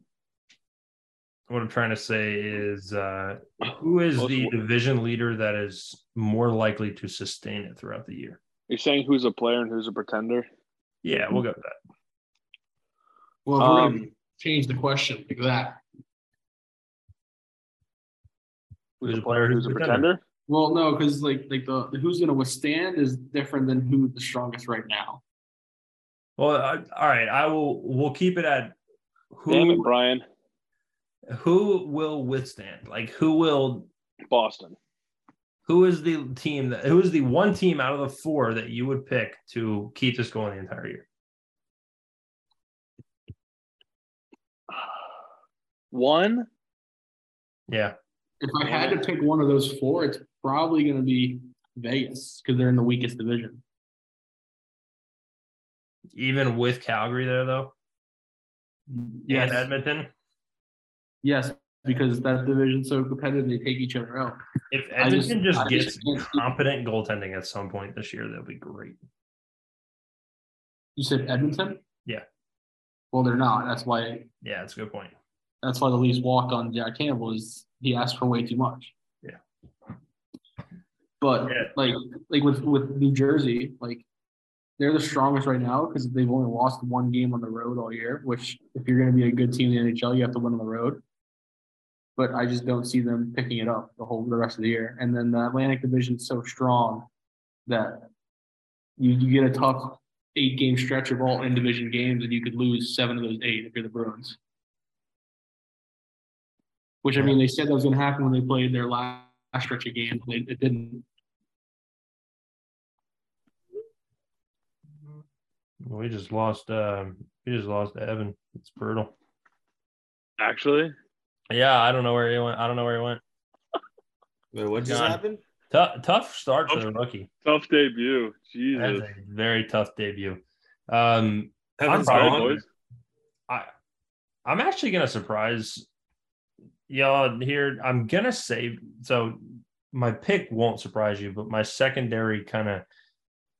S2: what I'm trying to say is uh, who is the division leader that is more likely to sustain it throughout the year?
S4: You're saying who's a player and who's a pretender?
S2: Yeah, we'll go with that.
S3: Well, if we're
S4: Um,
S3: gonna change the question like that.
S2: Who's a player?
S4: Who's a pretender?
S3: Well, no, because like like the who's gonna withstand is different than who's the strongest right now.
S2: Well, I, all right. I will. We'll keep it at who
S4: Damn it, Brian.
S2: who will withstand like who will
S4: Boston.
S2: who is the team that who is the one team out of the four that you would pick to keep this going the entire year
S4: One.
S2: yeah
S3: If I had to pick one of those four, it's probably gonna be Vegas because they're in the weakest division.
S2: even with calgary there though
S3: Yes.
S2: and edmonton
S3: Yes, because that division's so competitive, they take each other out.
S2: if
S3: I just-
S2: edmonton just,
S3: I
S2: gets
S3: just can't see-
S2: competent goaltending at some point this year that'd be great
S3: You said Edmonton?
S2: Yeah.
S3: Well, they're not. That's why
S2: yeah that's a good point
S3: that's why the Leafs walked on Jack Campbell is he asked for way too much.
S2: Yeah.
S3: But
S2: Yeah.
S3: like like with with New Jersey, like they're the strongest right now because they've only lost one game on the road all year. Which if you're going to be a good team in the NHL, you have to win on the road. But I just don't see them picking it up the whole the rest of the year. And then the Atlantic Division is so strong that you, you get a tough eight game stretch of all in division games, and you could lose seven of those eight if you're the Bruins which I mean, they said that was going to happen when they played their last stretch of games. and It, it didn't.
S2: we just lost um we just lost evan it's brutal
S4: Actually,
S2: yeah i don't know where he went i don't know where he went
S5: Wait, what just
S2: Gone.
S5: happened?
S2: Tou- tough start for the rookie
S4: tough debut. Jesus.
S2: that's a very tough debut um
S5: Evan's
S2: sorry,
S5: gone.
S2: boys. I'm actually gonna surprise y'all here. I'm gonna say so. My pick won't surprise you, but my secondary kind of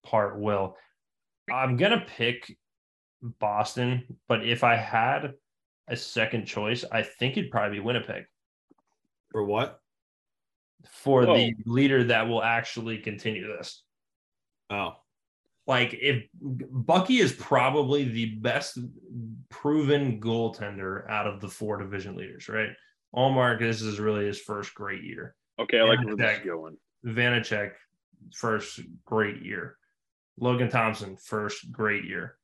S2: part will. I'm gonna pick Boston, but if I had a second choice, I think it'd probably be Winnipeg
S5: For what?
S2: for
S4: Whoa.
S2: the leader that will actually continue this.
S5: Oh,
S2: Like if Bucky is probably the best proven goaltender out of the four division leaders, right? Allmark, this is really his first great year.
S4: Okay, I like
S2: Yeah,
S4: where this
S2: that-
S4: is going.
S2: Vanacek, first great year. Logan Thompson, first great year.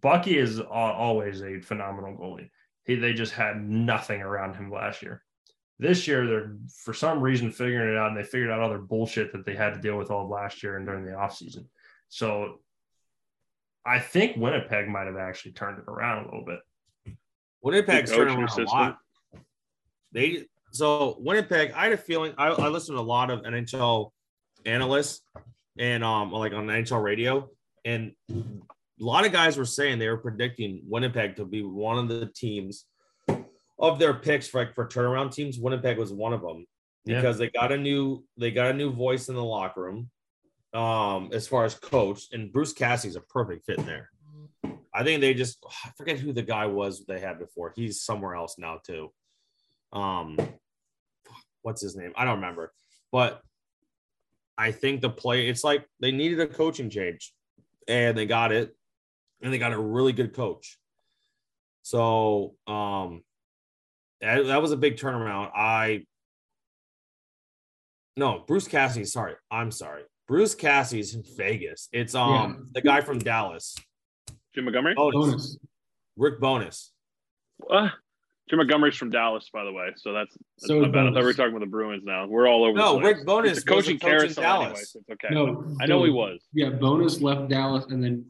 S2: Bucky is al- always a phenomenal goalie. He, they just had nothing around him last year. This year, they're for some reason figuring it out, and they figured out all their bullshit that they had to deal with all of last year and during the offseason. So I think Winnipeg might have actually turned it around a little bit.
S5: Winnipeg's
S4: Good coach,
S5: turning around
S4: your
S5: a lot. They so Winnipeg. I had a feeling. I, I listened to a lot of NHL analysts and um like on NHL radio, and a lot of guys were saying they were predicting Winnipeg to be one of the teams of their picks for like for turnaround teams. Winnipeg was one of them
S2: Yeah.
S5: because they got a new they got a new voice in the locker room. Um, as far as coach and Bruce Cassidy's a perfect fit there. I think they just I forget who the guy was they had before. He's somewhere else now too. Um, fuck, what's his name? I don't remember. But I think the play. It's like they needed a coaching change, and they got it, and they got a really good coach. So um, that, that was a big turnaround. I no Bruce Cassidy. Sorry, I'm sorry. Bruce Cassidy's in Vegas. It's um the guy from Dallas. Oh,
S4: Jim Montgomery?
S5: Bonus.
S3: Bonus.
S5: Rick Bonus.
S4: Uh, Jim Montgomery's from Dallas, by the way. So that's, that's
S3: So
S4: my bad. I thought we
S3: bonus.
S4: were talking about the Bruins now. We're all over
S5: No,
S4: the place.
S5: Rick
S4: It's
S5: Bonus
S4: a
S5: was a
S4: coaching
S5: coach in
S4: carousel
S5: Dallas.
S4: anyway, so it's okay.
S3: No,
S4: I know he
S3: so-
S4: was.
S3: Yeah, bonus left Dallas, and then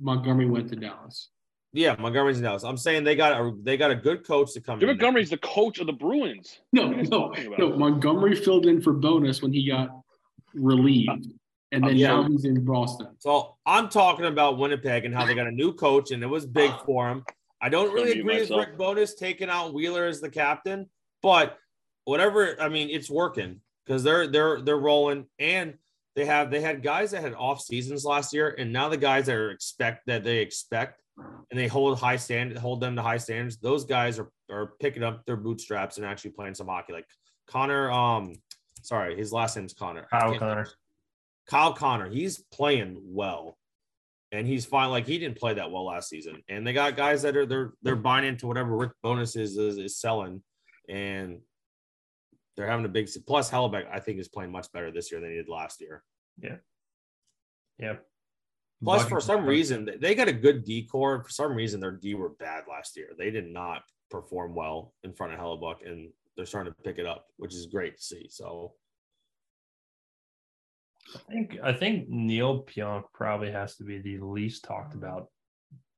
S3: Montgomery went to Dallas.
S5: Yeah, Montgomery's in Dallas. I'm saying they got a they got a good coach to come
S4: Jim
S5: in.
S4: Montgomery's the coach of the Bruins.
S3: No,
S4: What are you
S3: no,
S4: talking about?
S3: no. Montgomery filled in for bonus when he got relieved, and then
S5: I'm
S3: now
S5: sorry.
S3: he's in Boston.
S5: So I'm talking about Winnipeg and how they got a new coach and it was big for him. I don't really
S4: Unmute
S5: agree with
S4: myself.
S5: Rick Bonus taking out Wheeler as the captain, but whatever. I mean, it's working because they're they're they're rolling and they have they had guys that had off seasons last year and now the guys that are expect that they expect and they hold high standard hold them to high standards. Those guys are are picking up their bootstraps and actually playing some hockey. Like Connor, um, sorry, his last name's Connor. I
S2: Kyle
S5: can't-
S2: Connor.
S5: Kyle Connor, he's playing well. And he's fine. Like he didn't play that well last season. And they got guys that are they're they're buying into whatever Rick Bonus is is, is selling. And they're having a big plus Hellebeck, I think, is playing much better this year than he did last year.
S2: Yeah.
S5: Plus,
S2: Bucky-
S5: for some reason, they- they got a good D core. For some reason, their D were bad last year. They did not perform well in front of Hellebuck, and they're starting to pick it up, which is great to see. So
S2: I think I think Neil Pionk probably has to be the least talked about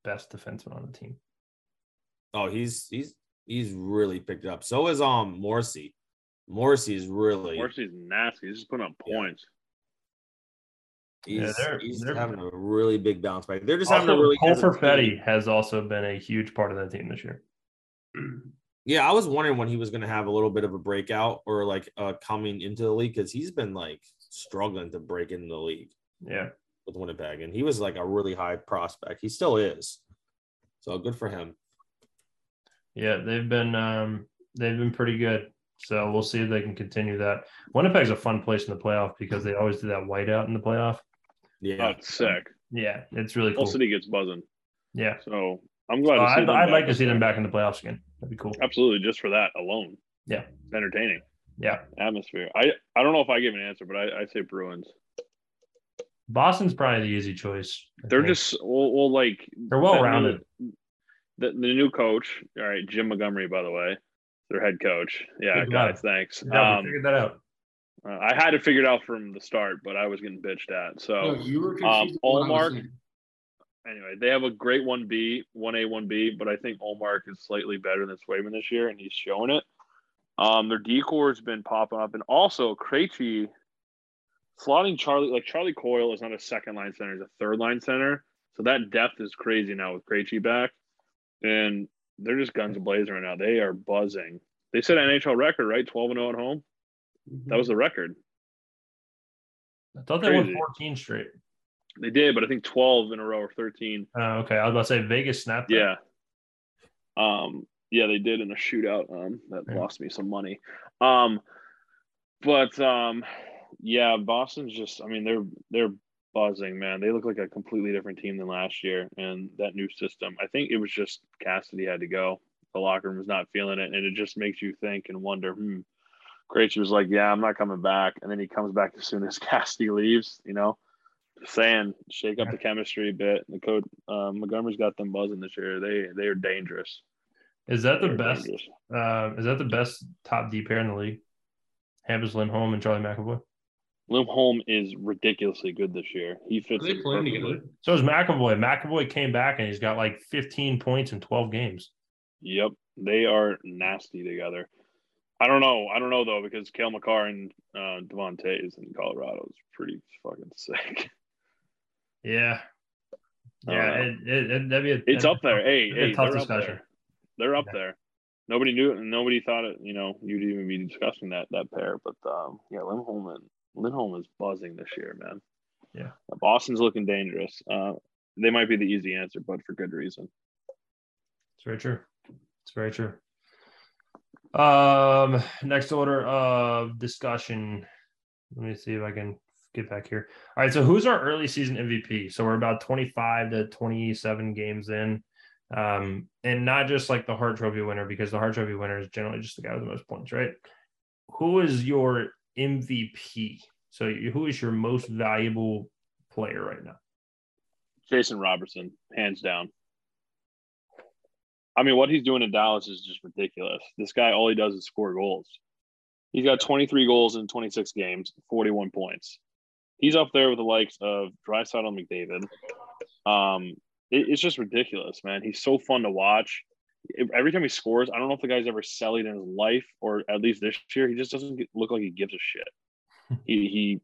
S2: best defenseman on the team.
S5: Oh, he's he's he's really picked it up. So is um Morrissey. Morrissey is really
S4: Morrissey's nasty. He's just putting up points.
S5: he's,
S2: Yeah, they're-
S5: he's
S2: they're-
S5: having a really big bounce back. They're just having a
S2: Also,
S5: really
S2: Cole
S5: as a team.
S2: Perfetti has also been a huge part of that team this year.
S5: Yeah, I was wondering when he was going to have a little bit of a breakout or like uh coming into the league because he's been like struggling to break into the league
S2: Yeah.
S5: with Winnipeg, and he was like a really high prospect. He still is. So good for him.
S2: Yeah, they've been um they've been pretty good. So we'll see if they can continue that. Winnipeg's a fun place in the playoff because they always do that whiteout in the playoff.
S5: Yeah,
S4: That's sick.
S2: Yeah, it's really
S4: Whole
S2: cool.
S4: city gets buzzing.
S2: Yeah.
S4: So I'm glad
S2: So
S4: to see
S2: I'd,
S4: them
S2: I'd
S4: back
S2: like to
S4: up
S2: see them
S4: there.
S2: back in the playoffs again. That'd be cool.
S4: Absolutely, just for that alone.
S2: Yeah.
S4: It's entertaining.
S2: Yeah.
S4: Atmosphere. I, I don't know if I gave an answer, but I, I say Bruins.
S2: Boston's probably the easy choice. I
S4: They're
S2: think.
S4: just well, well like
S2: they're well rounded.
S4: The, the new coach, all right, Jim Montgomery, by the way, their head coach. Yeah,
S2: Good job.
S4: guys, thanks.
S2: Yeah, we
S4: um,
S2: figured that out.
S4: uh, I had it figured out from the start, but I was getting bitched at. So
S3: no, you were
S4: um,
S3: confused with what I was
S4: Allmark-
S3: saying.
S4: anyway, they have a great one B, one A, one B, but I think Olmark is slightly better than Swayman this year, and he's showing it. Um, their decor has been popping up, and also Krejci slotting Charlie like Charlie Coyle is not a second line center; he's a third line center. So that depth is crazy now with Krejci back, and they're just guns ablaze right now. They are buzzing. They set an NHL record, right? Twelve and zero at home. That was the record.
S2: I thought they won
S4: crazy.
S2: 14 straight.
S4: They did, but I think 12 in a row or 13.
S2: Oh, okay. I was about to say Vegas snapped. that.
S4: Yeah. Um, yeah, they did in a shootout. Um, that
S2: Yeah.
S4: lost me some money. Um, but um, yeah, Boston's just. I mean, they're they're buzzing, man. They look like a completely different team than last year, and that new system. I think it was just Cassidy had to go. The locker room was not feeling it, and it just makes you think and wonder. Hmm. Krejci was like, "Yeah, I'm not coming back," and then he comes back as soon as Cassidy leaves. You know, saying shake up the chemistry a bit. The coach uh, Montgomery's got them buzzing this year. They they are dangerous.
S2: Is that the
S4: They're
S2: best?
S4: dangerous.
S2: Uh, is that the best top D pair in the league? Hampus Lindholm and Charlie McAvoy.
S4: Lindholm is ridiculously good this year. He fits.
S3: They
S4: it
S3: playing
S4: perfectly.
S3: together.
S2: So is McAvoy. McAvoy came back and he's got like 15 points in 12 games.
S4: Yep, they are nasty together. I don't know. I don't know though because Kale McCarr and uh, Devontae is in Colorado is pretty fucking sick.
S2: Yeah.
S4: I
S2: Yeah.
S4: don't know.
S2: It, it, it, that'd be a,
S4: Uh, It's up there. Hey,
S2: that'd be a
S4: hey,
S2: tough
S4: they're up
S2: discussion.
S4: there. They're up
S2: Yeah.
S4: there. Nobody knew it, and nobody thought it. You know, you'd even be discussing that that pair. But um, yeah, Lindholm and Lindholm is buzzing this year, man.
S2: Yeah.
S4: Boston's looking dangerous. Uh, they might be the easy answer, but for good reason.
S2: It's very true. It's very true. Um, next order of discussion. Let me see if I can get back here. All right. So who's our early season MVP? So we're about 25 to 27 games in. Um, and not just like the Hart Trophy winner, because the Hart Trophy winner is generally just the guy with the most points, right? Who is your MVP? So you- who is your most valuable player right now?
S4: Jason Robertson, hands down. I mean, what he's doing in Dallas is just ridiculous. This guy, all he does is score goals. He's got 23 goals in 26 games, 41 points. He's up there with the likes of Drysdale McDavid. Um, it- it's just ridiculous, man. He's so fun to watch. If- Every time he scores, I don't know if the guy's ever sellied in his life, or at least this year, he just doesn't get- look like he gives a shit. He, he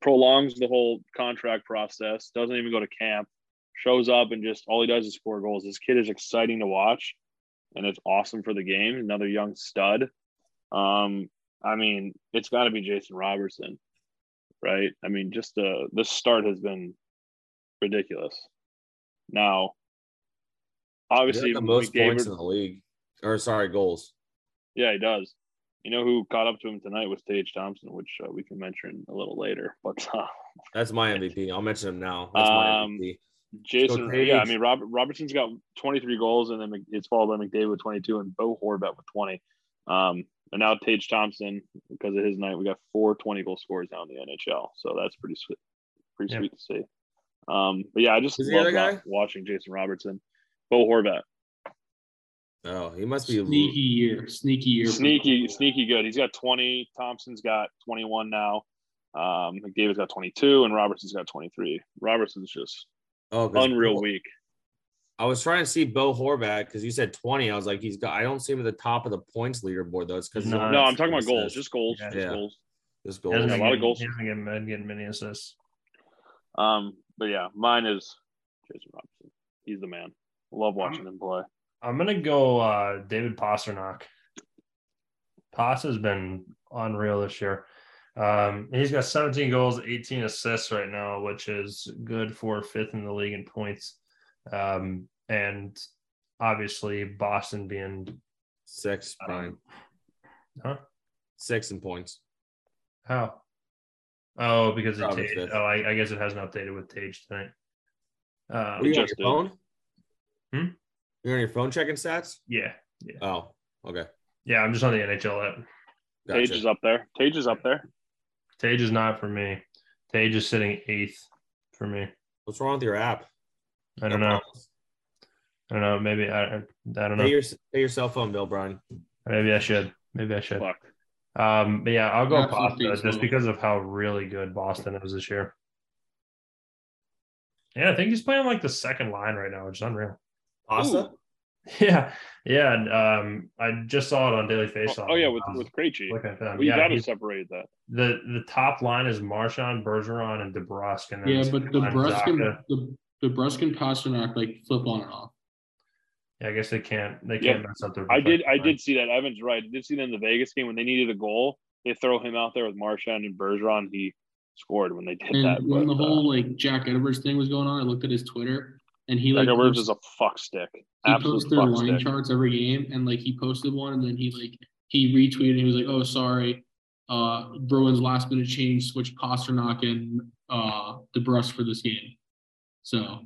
S4: prolongs the whole contract process, doesn't even go to camp shows up and just all he does is score goals. This kid is exciting to watch, and it's awesome for the game. Another young stud. Um, I mean, it's got to be Jason Robertson, right? I mean, just uh, this start has been ridiculous. Now, obviously,
S5: He's got the most
S4: McDavid-
S5: points in the league, or sorry, goals.
S4: yeah, he does. You know who caught up to him tonight was Tage Thompson, which uh, we can mention a little later. But uh,
S5: That's my MVP. I'll mention him now. That's my
S4: Um,
S5: MVP.
S4: Jason,
S5: Tage.
S4: yeah, I mean, Robert, Robertson's got 23 goals, and then Mc- it's followed by McDavid with 22 and Bo Horvat with 20. Um, and now Tage Thompson, because of his night, we got four 20 goal scores now in the NHL. So that's pretty sweet, pretty
S2: Yeah.
S4: sweet to see. Um, but yeah, I just
S5: Who's the
S4: love
S5: other
S4: wa-
S5: guy?
S4: watching Jason Robertson, Bo Horvat,
S5: Oh, he must be
S3: Sneaky year. Sneaky year. for
S4: sneaky,
S3: Buffalo.
S4: sneaky good. He's got 20. Thompson's got 21 now. Um, McDavid's got 22, and Robertson's got 23. Robertson's just
S5: oh, 'cause
S4: unreal
S5: Bo-
S4: week.
S5: I was trying to see Bo Horvat because you said twenty. I was like, he's got. I don't see him at the top of the points leaderboard though. It's because
S2: No,
S4: No, I'm talking about goals, just goals,
S2: Yeah.
S4: just
S5: Yeah.
S4: goals.
S5: just
S2: He
S5: goals.
S2: hasn't
S4: Yeah, a
S2: been
S4: lot of
S2: getting-
S4: goals.
S2: He hasn't been getting- been getting many assists.
S4: Um, but yeah, mine is Jason Robinson. He's the man. Love watching him play.
S2: I'm gonna go uh David Pasternak. Paster's been unreal this year. Um, he's got 17 goals, 18 assists right now, which is good for fifth in the league in points. Um, and obviously Boston being
S5: Six,
S2: I
S5: Brian.
S2: don't- huh?
S5: Six in points.
S2: How? Oh, because of
S5: Probably
S2: Tage.
S5: fifth.
S2: Oh, I, I guess it hasn't updated with Tage tonight.
S5: What are
S2: Um,
S5: you on
S4: just
S5: your
S4: did.
S5: phone?
S2: Hmm?
S5: You're on your phone checking stats?
S2: yeah,
S5: Oh, okay.
S2: yeah, I'm just on the NHL app.
S4: Tage is up there. Tage is up there.
S2: Tage is not for me. Tage is sitting eighth for me.
S5: What's wrong with your app?
S2: I don't know. I don't know. Maybe I. I don't know.
S5: Pay your pay your cell phone bill, Brian.
S2: Maybe I should. Maybe I should.
S4: Fuck.
S2: Um, but yeah, I'll go
S3: Yeah,
S2: Pasta
S3: absolutely.
S2: just because of how really good Boston is this year. Yeah, I think he's playing like the second line right now, which is unreal.
S5: Pasta?
S2: Yeah, yeah. And, um, I just saw it on Daily
S4: Oh,
S2: Faceoff.
S4: oh, yeah, with
S2: I was
S4: with Krejci.
S2: looking at them.
S4: We
S2: yeah,
S4: got to
S2: he's-
S4: separate that.
S2: the the top line is Marshawn, Bergeron, and DeBrusque, and then
S3: Yeah,
S2: the
S3: but
S2: second
S3: the
S2: line is
S3: Bruskin,
S2: Zaka.
S3: the, the Bruskin Pasternak like flip on and off.
S2: Yeah, I guess they can't. They
S4: Yeah.
S2: can't mess up their.
S4: I did. I
S2: defensive line.
S4: did see that. Evan's right. I did see that in the Vegas game when they needed a goal. They throw him out there with Marchand and Bergeron. He scored when they did
S3: And
S4: that.
S3: when
S4: But,
S3: the
S4: uh,
S3: whole like Jack Edwards thing was going on, I looked at his Twitter and he
S4: Jack
S3: like
S4: Edwards
S3: post-
S4: is a fuck stick.
S3: he
S4: Absolute
S3: posts their
S4: fuck
S3: line
S4: stick.
S3: charts every game and like he posted one and then he like he retweeted and he was like, Oh sorry, uh Bruins last minute change switch Pasternak and uh the brush for this game. So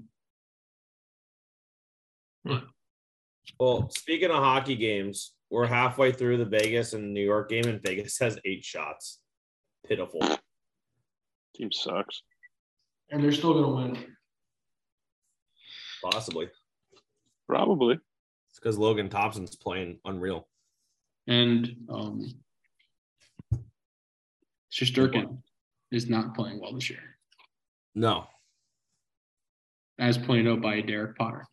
S5: Well, speaking of hockey games, we're halfway through the Vegas and New York game, and Vegas has eight shots. Pitiful.
S4: Team sucks.
S3: and they're still gonna win.
S5: Possibly.
S4: Probably.
S5: It's because Logan Thompson's playing unreal.
S3: And um Shosturkin is not playing well this year,
S5: No.
S3: as pointed out by Derek Potter.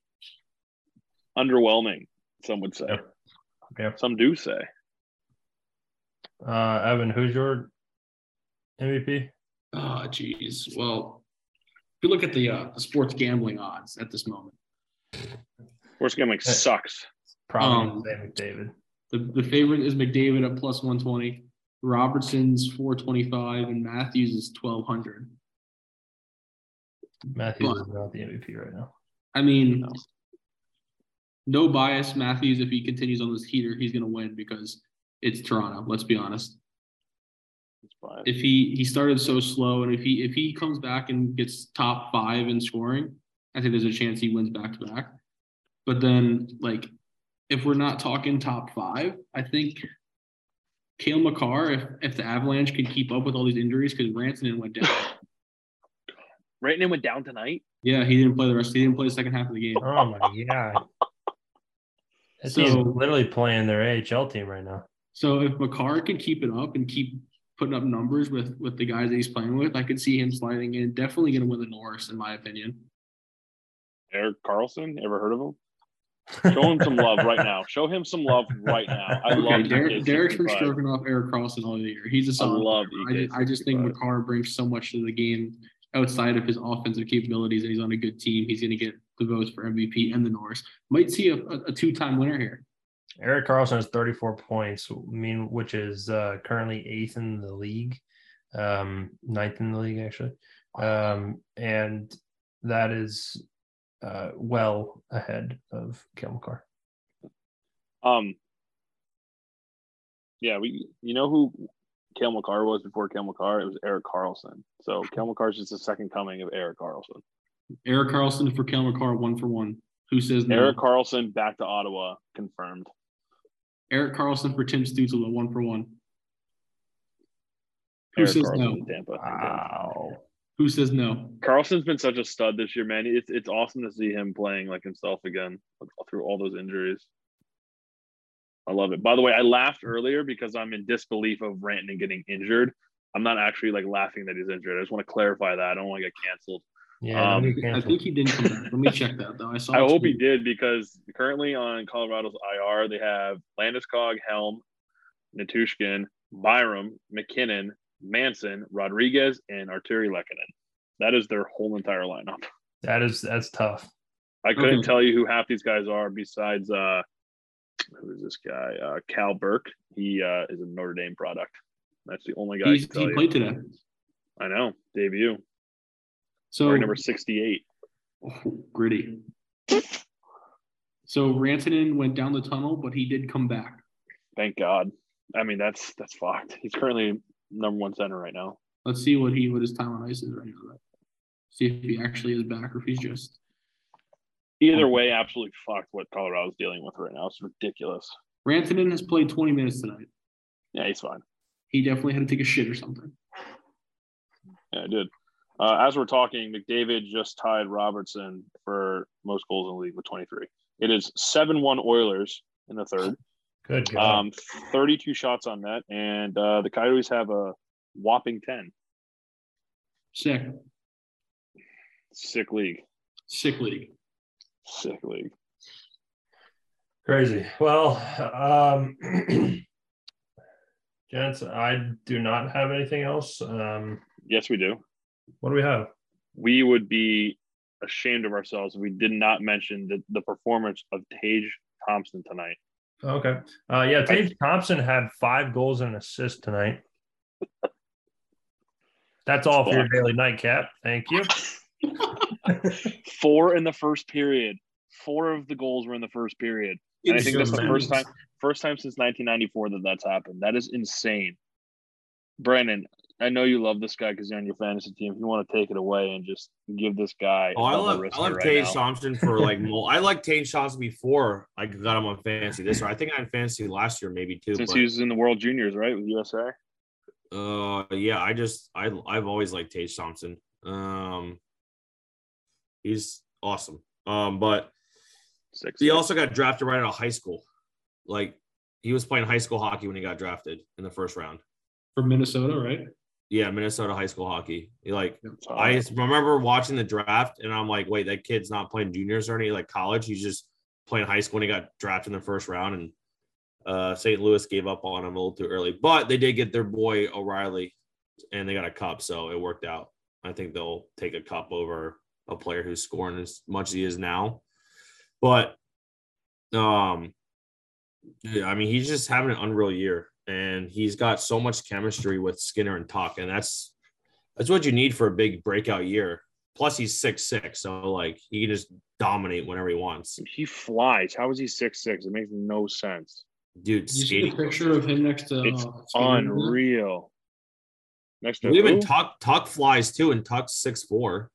S4: Underwhelming, some would say.
S2: Yep. Yep.
S4: Some do say.
S2: Uh, Evan, who's your MVP?
S3: Oh, geez. Well, if you look at the, uh, the sports gambling odds at this moment,
S4: Worst game like sucks.
S2: Probably
S3: Um,
S2: Sam McDavid.
S3: the, the favorite is McDavid at plus 120, Robertson's 425, and Matthews is 1200.
S2: Matthews is not the MVP right now.
S3: I mean, no bias. Matthews, if he continues on this heater, he's going to win because it's Toronto. Let's be honest.
S4: It's fine.
S3: If he he started so slow, and if he if he comes back and gets top five in scoring, I think there's a chance he wins back to back. But then, like, if we're not talking top five, I think Kale McCarr, if if the Avalanche could keep up with all these injuries, because Rantanen went down.
S4: Right in went down tonight.
S3: yeah, he didn't play the rest. He didn't play the second half of the game.
S2: Oh my god. That
S3: So-
S2: team's literally playing their AHL team right now.
S3: So if McCarr can keep it up and keep putting up numbers with with the guys that he's playing with, I could see him sliding in. Definitely going to win the Norris, in my opinion.
S4: Eric Carlson, ever heard of him? Show him some love right now. Show him some love right now. I love
S3: Okay,
S4: E that
S3: Derek,
S4: kid,
S3: Derek's been
S4: 65.
S3: stroking off Eric Carlson all year. He's a
S4: I
S3: solid.
S4: love E
S3: I
S4: EK
S3: just, I just think
S4: 65.
S3: McCarr brings so much to the game outside of his offensive capabilities, and he's on a good team. He's going to get the votes for MVP and the Norris. Might see a, a, a two time winner here.
S2: Eric Carlson has 34 points, I mean, which is uh, currently eighth in the league, um, ninth in the league actually, um, and that is uh, well ahead of Camel Car.
S4: Um, yeah, we you know who Kale McCarr was before Kale McCarr? It was Eric Carlson. So Kale McCarr is just the second coming of Eric Carlson.
S3: Eric Carlson for Kel McCarr, one for one. Who says no?
S4: Eric Carlson back to Ottawa confirmed.
S3: Eric Carlson for Tim Stutzla, one for one. Who
S4: Eric
S3: says
S4: Carlson
S3: no?
S4: to Tampa.
S2: Wow.
S3: Who says no?
S4: Carlson's been such a stud this year, man. It's it's awesome to see him playing like himself again through all those injuries. I love it. By the way, I laughed earlier because I'm in disbelief of Ranton getting injured. I'm not actually like laughing that he's injured. I just want to clarify that. I don't want to get canceled.
S2: Yeah,
S4: Um,
S2: that'd be
S3: I
S2: canceled.
S3: think he didn't come back. Let me check that though. I saw.
S4: I
S3: a
S4: hope he
S3: tweet.
S4: did because currently on Colorado's IR, they have Landeskog, Helm, Natushkin, Byram, McKinnon, Manson, Rodriguez, and Arturi Lekkonen. That is their whole entire lineup.
S2: that is that's tough.
S4: I couldn't
S3: Okay.
S4: tell you who half these guys are besides uh who is this guy? Uh Cal Burke. He uh is a Notre Dame product. That's the only guy I
S3: He's-
S4: can
S3: he
S4: tell you.
S3: played today.
S4: I know. Debut.
S3: So
S4: Or number sixty eight.
S3: Oh, gritty. So Rantanen went down the tunnel, but he did come back.
S4: Thank God. I mean that's that's fucked. He's currently number one center right now.
S3: Let's see what he what his time on ice is right now. though. See if he actually is back or if he's just
S4: Either way, absolutely fucked what Colorado's dealing with right now. It's ridiculous.
S3: Rantanen has played 20 minutes tonight.
S4: Yeah, he's fine.
S3: He definitely had to take a shit or something.
S4: Yeah, I did. Uh, as we're talking, McDavid just tied Robertson for most goals in the league with 23. It is 7 1 Oilers in the third.
S2: Good God.
S4: Um, 32 shots on net, and uh, the Coyotes have a whopping 10.
S3: Sick.
S4: Sick league.
S3: Sick league.
S4: Sick league.
S2: Crazy. Well, um, gents, I do not have anything else. Um,
S4: Yes, we do.
S2: what do we have?
S4: We would be ashamed of ourselves if we did not mention the, the performance of Tage Thompson tonight.
S2: Okay. Uh, yeah, Tage Thompson had five goals and an assist tonight. That's all for your daily nightcap. Thank you.
S4: Four in the first period. Four of the goals were in the first period. And I think that's the first time, first time since 1994 that that's happened. That is insane. Brandon, I know you love this guy because you're on your fantasy team. If you want to take it away and just give this guy,
S5: Oh, I
S4: all the
S5: love
S4: risk
S5: I love
S4: right
S5: Tage
S4: now.
S5: Thompson for like mul- I like Tage Thompson before I got him on fantasy this year. I think I had fantasy last year maybe too.
S4: since
S5: but,
S4: he was in the World Juniors, right, with USA.
S5: Uh, yeah, I just I I've always liked Tage Thompson. Um, he's awesome. Um, but
S4: Six.
S5: he also got drafted right out of high school. Like he was playing high school hockey when he got drafted in the first round.
S3: from Minnesota, right?
S5: Yeah, Minnesota high school hockey. He like
S4: So,
S5: I just remember watching the draft and I'm like, wait, that kid's not playing juniors or any like college. He's just playing high school and he got drafted in the first round and uh St. Louis gave up on him a little too early. But they did get their boy O'Reilly and they got a cup, so it worked out. I think they'll take a cup over a player who's scoring as much as he is now. But um yeah, I mean he's just having an unreal year and he's got so much chemistry with Skinner and Tuck, and that's that's what you need for a big breakout year. Plus, he's six six, so like he can just dominate whenever he wants.
S4: he flies. How is he six six? It makes no sense.
S5: Dude,
S3: Did you see the
S5: skating.
S3: picture of him next to
S4: It's
S3: uh,
S5: Mm-hmm.
S3: Skinner?
S4: Unreal. Next to
S5: Even
S4: who?
S5: Tuck Tuck flies too, and Tuck's six four.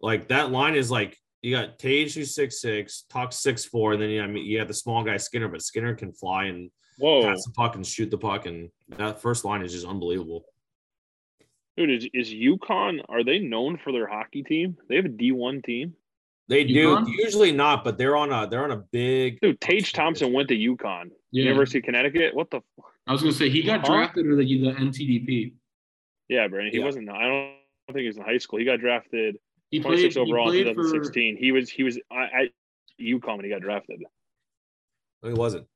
S5: Like that line is like you got Tage who's six six, Tuck six four, and then you I mean you have the small guy Skinner, but Skinner can fly and
S4: Whoa,
S5: pass the puck and shoot the puck, and that first line is just unbelievable.
S4: dude! Is, is UConn? Are they known for their hockey team? They have a D one team.
S5: They do
S3: UConn?
S5: usually not, but they're on a they're on a big
S4: Dude, Tage Thompson went to UConn,
S3: Yeah,
S4: University of Connecticut. What the? f-
S3: I was gonna say he got
S4: Huh?
S3: drafted or the, the NTDP.
S4: Yeah, Brandon. He
S5: Yeah.
S4: wasn't. I don't think he was in high school. He got drafted
S3: He
S4: twenty
S3: played.
S4: six overall
S3: he
S4: in
S3: played for
S4: 2016. He was he was I- at UConn when he got drafted.
S5: It wasn't.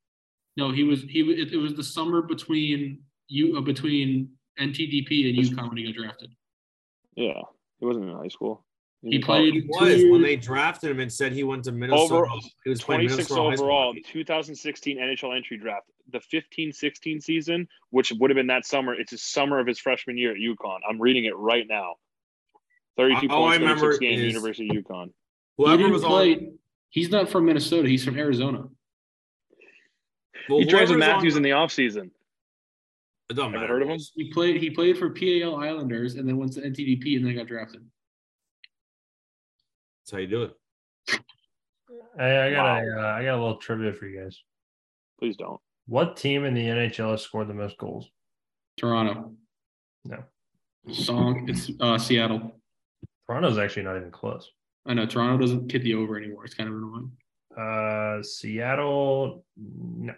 S3: no. He was he. was- It, it was the summer between you uh, between NTDP and UConn when he got drafted.
S4: Yeah, he wasn't in high school.
S3: He
S4: was
S3: played.
S5: Oh, He
S3: two
S5: was when
S3: years-
S5: they drafted him and said he went to Minnesota.
S4: Over-
S5: he was playing
S4: 26
S5: Minnesota high school
S4: overall,
S5: hockey.
S4: 2016 NHL entry draft. The 15-16 season, which would have been that summer, it's his summer of his freshman year at UConn. I'm reading it right now. 32
S5: All I
S4: points, 36
S5: remember
S4: game,
S5: is-
S4: University of UConn.
S3: he
S5: Whoever
S3: didn't
S5: was
S3: play.
S5: on,
S3: He's not from Minnesota. He's from Arizona.
S5: well,
S4: he trains
S5: whoever
S4: with
S5: was
S4: Matthews
S5: on-
S4: in the offseason.
S5: It
S4: Ever
S5: doesn't matter.
S4: heard of him?
S3: He played. He played for PAL Islanders and then went to NTDP and then got drafted.
S5: That's how you do it.
S2: Hey, I got a, uh, I got a little trivia for you guys.
S4: Please don't.
S2: What team in the NHL has scored the most goals?
S3: Toronto.
S2: No.
S3: Song. It's uh, Seattle.
S2: Toronto's actually not even close.
S3: I know Toronto doesn't hit the over anymore. It's kind of annoying.
S2: Uh, Seattle, no.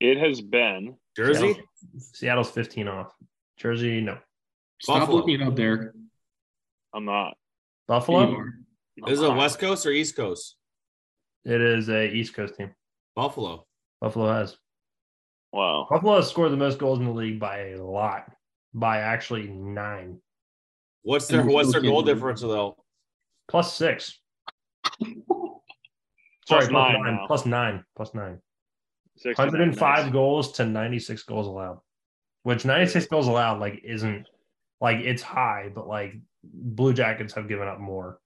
S4: It has been
S5: Jersey?
S2: Seattle- Seattle's 15 off. Jersey, no.
S3: Stop
S5: Buffalo.
S3: looking it up, Derek.
S4: I'm not.
S3: There you
S2: Buffalo,
S3: are.
S4: I'm
S5: Is it
S4: not.
S5: West Coast or East Coast?
S2: it is a East Coast team.
S5: Buffalo.
S2: Buffalo has.
S4: Wow.
S2: Buffalo has scored the most goals in the league by a lot, by actually nine,
S5: What's their
S3: And
S5: what's their
S3: Philly
S5: goal
S3: can't-
S5: differential though?
S2: plus six.
S4: Plus
S2: Sorry,
S4: nine
S2: plus nine,
S4: now.
S2: plus nine, plus nine.
S4: Six to nine,
S2: 105
S4: nice.
S2: goals to 96 goals allowed, which 96 goals allowed like isn't like it's high, but like Blue Jackets have given up more.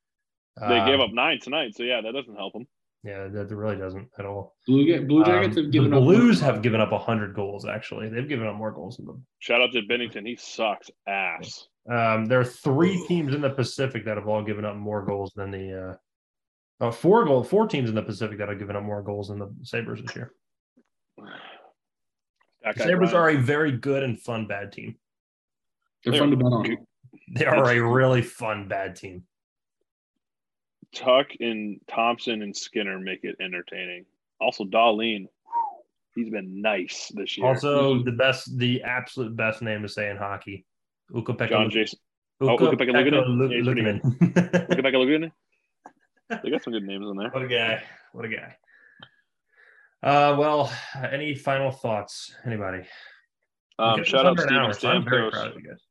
S4: They
S2: Uh,
S4: gave up nine tonight, so yeah, that doesn't help them.
S2: Yeah, that that really doesn't at all.
S3: Blue, Ga- Blue Jackets
S2: Um,
S3: have given
S2: the
S3: up.
S2: Blues have given up 100 goals, actually. They've given up more goals than them.
S4: Shout out to Bennington. He sucks ass.
S2: Um, there are three teams in the Pacific that have all given up more goals than the uh, uh, four goal four teams in the Pacific that have given up more goals than the Sabres this year.
S4: That
S2: The
S4: guy
S2: Sabres
S4: Ryan.
S2: are a very good and fun bad team.
S3: They're fun to bet on.
S2: They are a really fun bad team.
S4: Tuck and Thompson and Skinner make it entertaining. Also, Darlene, he's been nice this year.
S2: Also, the best, the absolute best name to say in hockey, Ukko-Pekka-
S4: John Jason. oh,
S2: Ukko-Pekka
S4: Ukko-Pekka
S2: Lu-
S4: Luukkonen? Look
S2: Luukkonen.
S4: at that Laguna. They got some good names on there.
S2: What a guy! What a guy! Uh, well, any final thoughts, anybody?
S4: Um,
S2: Okay, it's
S4: shout out
S2: under an
S4: Steven
S2: hour, so I'm very
S4: Stamkos.
S2: proud of you guys.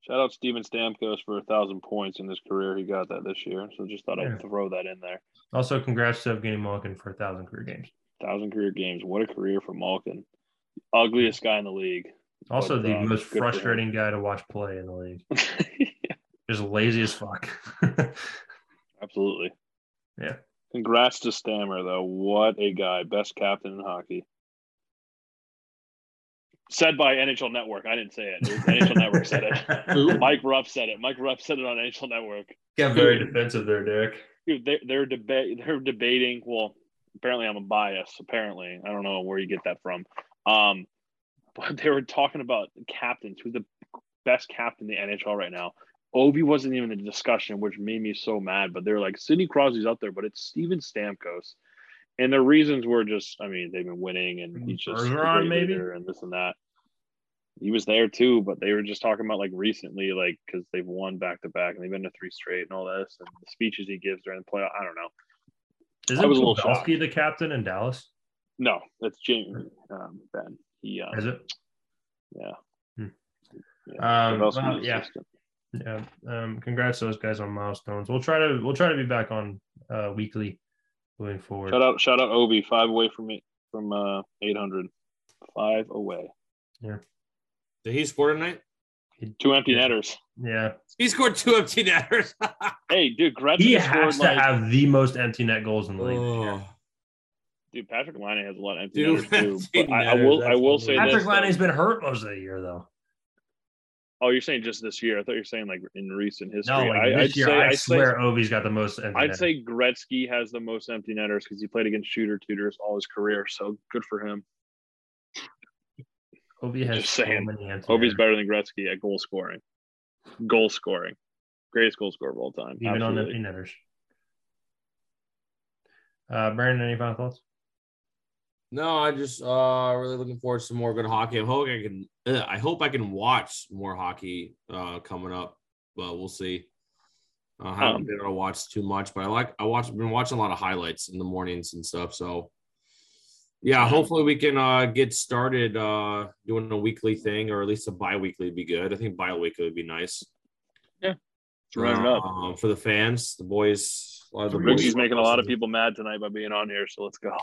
S4: Shout out Steven Stamkos for a thousand points in his career. He got that this year, so just thought
S2: Yeah.
S4: I'd throw that in there.
S2: Also, congrats to Evgeny Malkin for a thousand career games.
S4: Thousand career games. What a career for Malkin. Ugliest guy in the league.
S2: Also,
S4: But,
S2: the
S4: um,
S2: most
S4: good for him.
S2: frustrating guy to watch play in the league. Just lazy as fuck.
S4: Absolutely.
S2: Yeah.
S4: Congrats to Stammer, though. What a guy. Best captain in hockey. Said by NHL Network. I didn't say it. It was NHL Network said it. Mike Ruff said it. Mike Ruff said it on NHL Network.
S2: Got very defensive there, Derek.
S4: Dude, they, they're debate. They're debating. Well, apparently I'm a bias. Apparently, I don't know where you get that from. Um, but they were talking about captains. Who's the best captain in the NHL right now? Obi wasn't even in the discussion, which made me so mad. But they're like Sidney Crosby's up there, but it's Steven Stamkos, and the reasons were just. I mean, they've been winning, and he's just a
S2: Mm, Bergeron,
S4: great
S2: maybe?
S4: leader and this and that. He was there too, but they were just talking about like recently, like because they've won back to back and they've been to three straight and all this, and the speeches he gives during the playoff. I don't know.
S2: Isn't
S4: I was a little
S2: Pavelski
S4: shocked.
S2: the captain in Dallas?
S4: No, that's Jamie um, Ben. He, um,
S2: Is it?
S4: yeah.
S2: Hmm.
S4: Yeah,
S2: Um,
S4: Pavelski's
S2: well, yeah.
S4: assistant.
S2: Yeah. Um, congrats to those guys on milestones. We'll try to we'll try to be back on uh, weekly moving forward.
S4: Shout out, shout out, Obi. Five away from me from uh, eight hundred. Five away.
S5: Did he score tonight?
S4: Two empty netters.
S2: Yeah.
S5: He scored two empty netters.
S4: Hey, dude, Gretzky
S2: He
S4: scored
S2: has to
S4: like
S2: have the most empty net goals in the league.
S5: Oh.
S4: dude. Patrick Line has a lot of empty
S5: Dude,
S4: netters too.
S5: empty
S4: But I, I
S5: netters,
S4: will, I
S5: that's
S4: will say
S5: unbelievable.
S4: this.
S2: Patrick
S4: though.
S2: Lane's been hurt most of the year though.
S4: Oh, you're saying just this year? I thought you were saying like in recent history.
S2: No, like
S4: I,
S2: this
S4: I'd
S2: year,
S4: say,
S2: I
S4: I'd say-
S2: swear Ovi's got the most. empty
S4: I'd
S2: net.
S4: say Gretzky has the most empty netters because he played against shooter tutors all his career. So good for him.
S2: Ovi has
S4: just
S2: so
S4: saying.
S2: many empty
S4: Obi's
S2: netters.
S4: better than Gretzky at goal scoring. Goal scoring. Greatest goal scorer of all time.
S2: even on
S4: Absolutely.
S2: empty netters. Uh, Brandon, any final thoughts?
S5: No, I just uh really looking forward to some more good hockey. I hope I can. ugh, I hope I can watch more hockey uh coming up, but we'll see. I haven't
S4: Um,
S5: been able to watch too much, but I like I watch been watching a lot of highlights in the mornings and stuff. So yeah, hopefully we can uh get started uh doing a weekly thing or at least a bi-weekly would be good. I think bi-weekly would be nice.
S4: Let's run it up.
S5: Um, for the fans, the boys, a lot of the boys.
S4: Boogie's making a lot of people mad tonight by being on here, so let's go.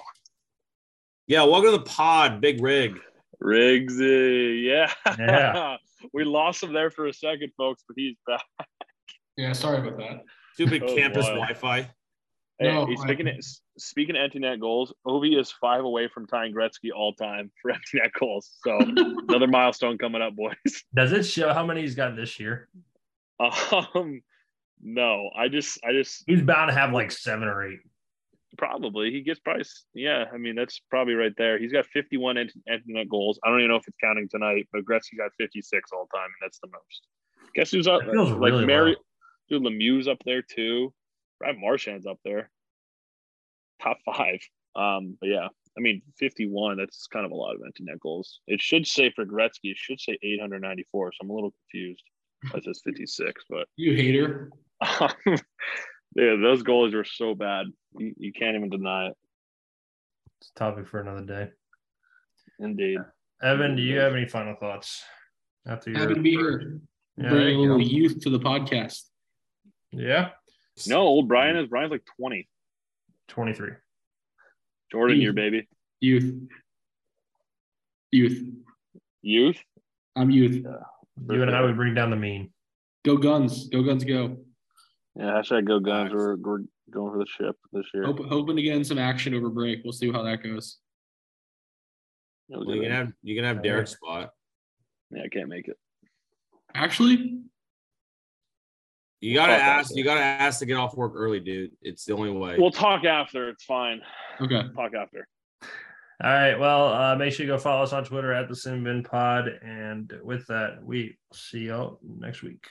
S5: Yeah, welcome to the pod, Big Rig.
S4: Riggsy, yeah.
S2: Yeah.
S4: we lost him there for a second, folks, but he's back.
S3: Yeah, sorry about that.
S5: Stupid
S4: Oh,
S5: campus
S4: wild.
S5: Wi-Fi.
S4: Hey,
S3: No,
S4: he's
S3: I-
S4: speaking, of, speaking of empty net goals, Ovi is five away from tying Gretzky all time for empty net goals. So another milestone coming up, boys.
S2: Does it show how many he's got this year?
S4: Um, no, I just, I just,
S2: He's bound to have like seven or eight.
S4: Probably he gets probably s- yeah. I mean that's probably right there. He's got 51 ent- empty net goals. I don't even know if it's counting tonight, but Gretzky got 56 all time, and that's the most. Guess who's up?
S2: That feels
S4: like
S2: really
S4: Mary,
S2: low.
S4: dude, Lemieux's up there too. Brad Marchand's up there. Top five. Um, but yeah, I mean 51. That's kind of a lot of empty net goals. It should say for Gretzky, it should say 894. So I'm a little confused. That says 56, but
S3: You hater.
S4: Dude, those goalies were so bad. You, you can't even deny it.
S2: It's a topic for another day.
S4: Indeed.
S2: Evan, do you have any final thoughts? After your
S3: Happy to be here.
S2: Yeah, there
S3: Bring a
S2: you
S3: little
S2: go.
S3: youth to the podcast.
S2: yeah,
S4: No, old Brian is Brian's like 20.
S2: twenty three.
S4: Jordan
S3: Youth.
S4: year, baby.
S3: Youth. Youth.
S4: Youth.
S3: I'm youth.
S2: You and I would bring down the mean.
S3: Go guns. Go guns. Go.
S4: Yeah, hashtag go guns.
S5: Nice.
S4: We're, we're going for the ship this year.
S3: Hope, hoping to get in some action over break. We'll see how that goes.
S4: It was
S5: Well, you
S4: good.
S5: can have you can have Derek's spot.
S4: yeah, I can't make it.
S3: Actually,
S5: You gotta
S4: Fuck that
S5: ask. You gotta ask to get off work early, dude. It's the only way.
S4: We'll talk after. It's fine.
S3: okay.
S4: Talk after.
S2: All right. Well, uh, make sure you go follow us on Twitter at the Sin Bin Pod. And with that, we see y'all next week.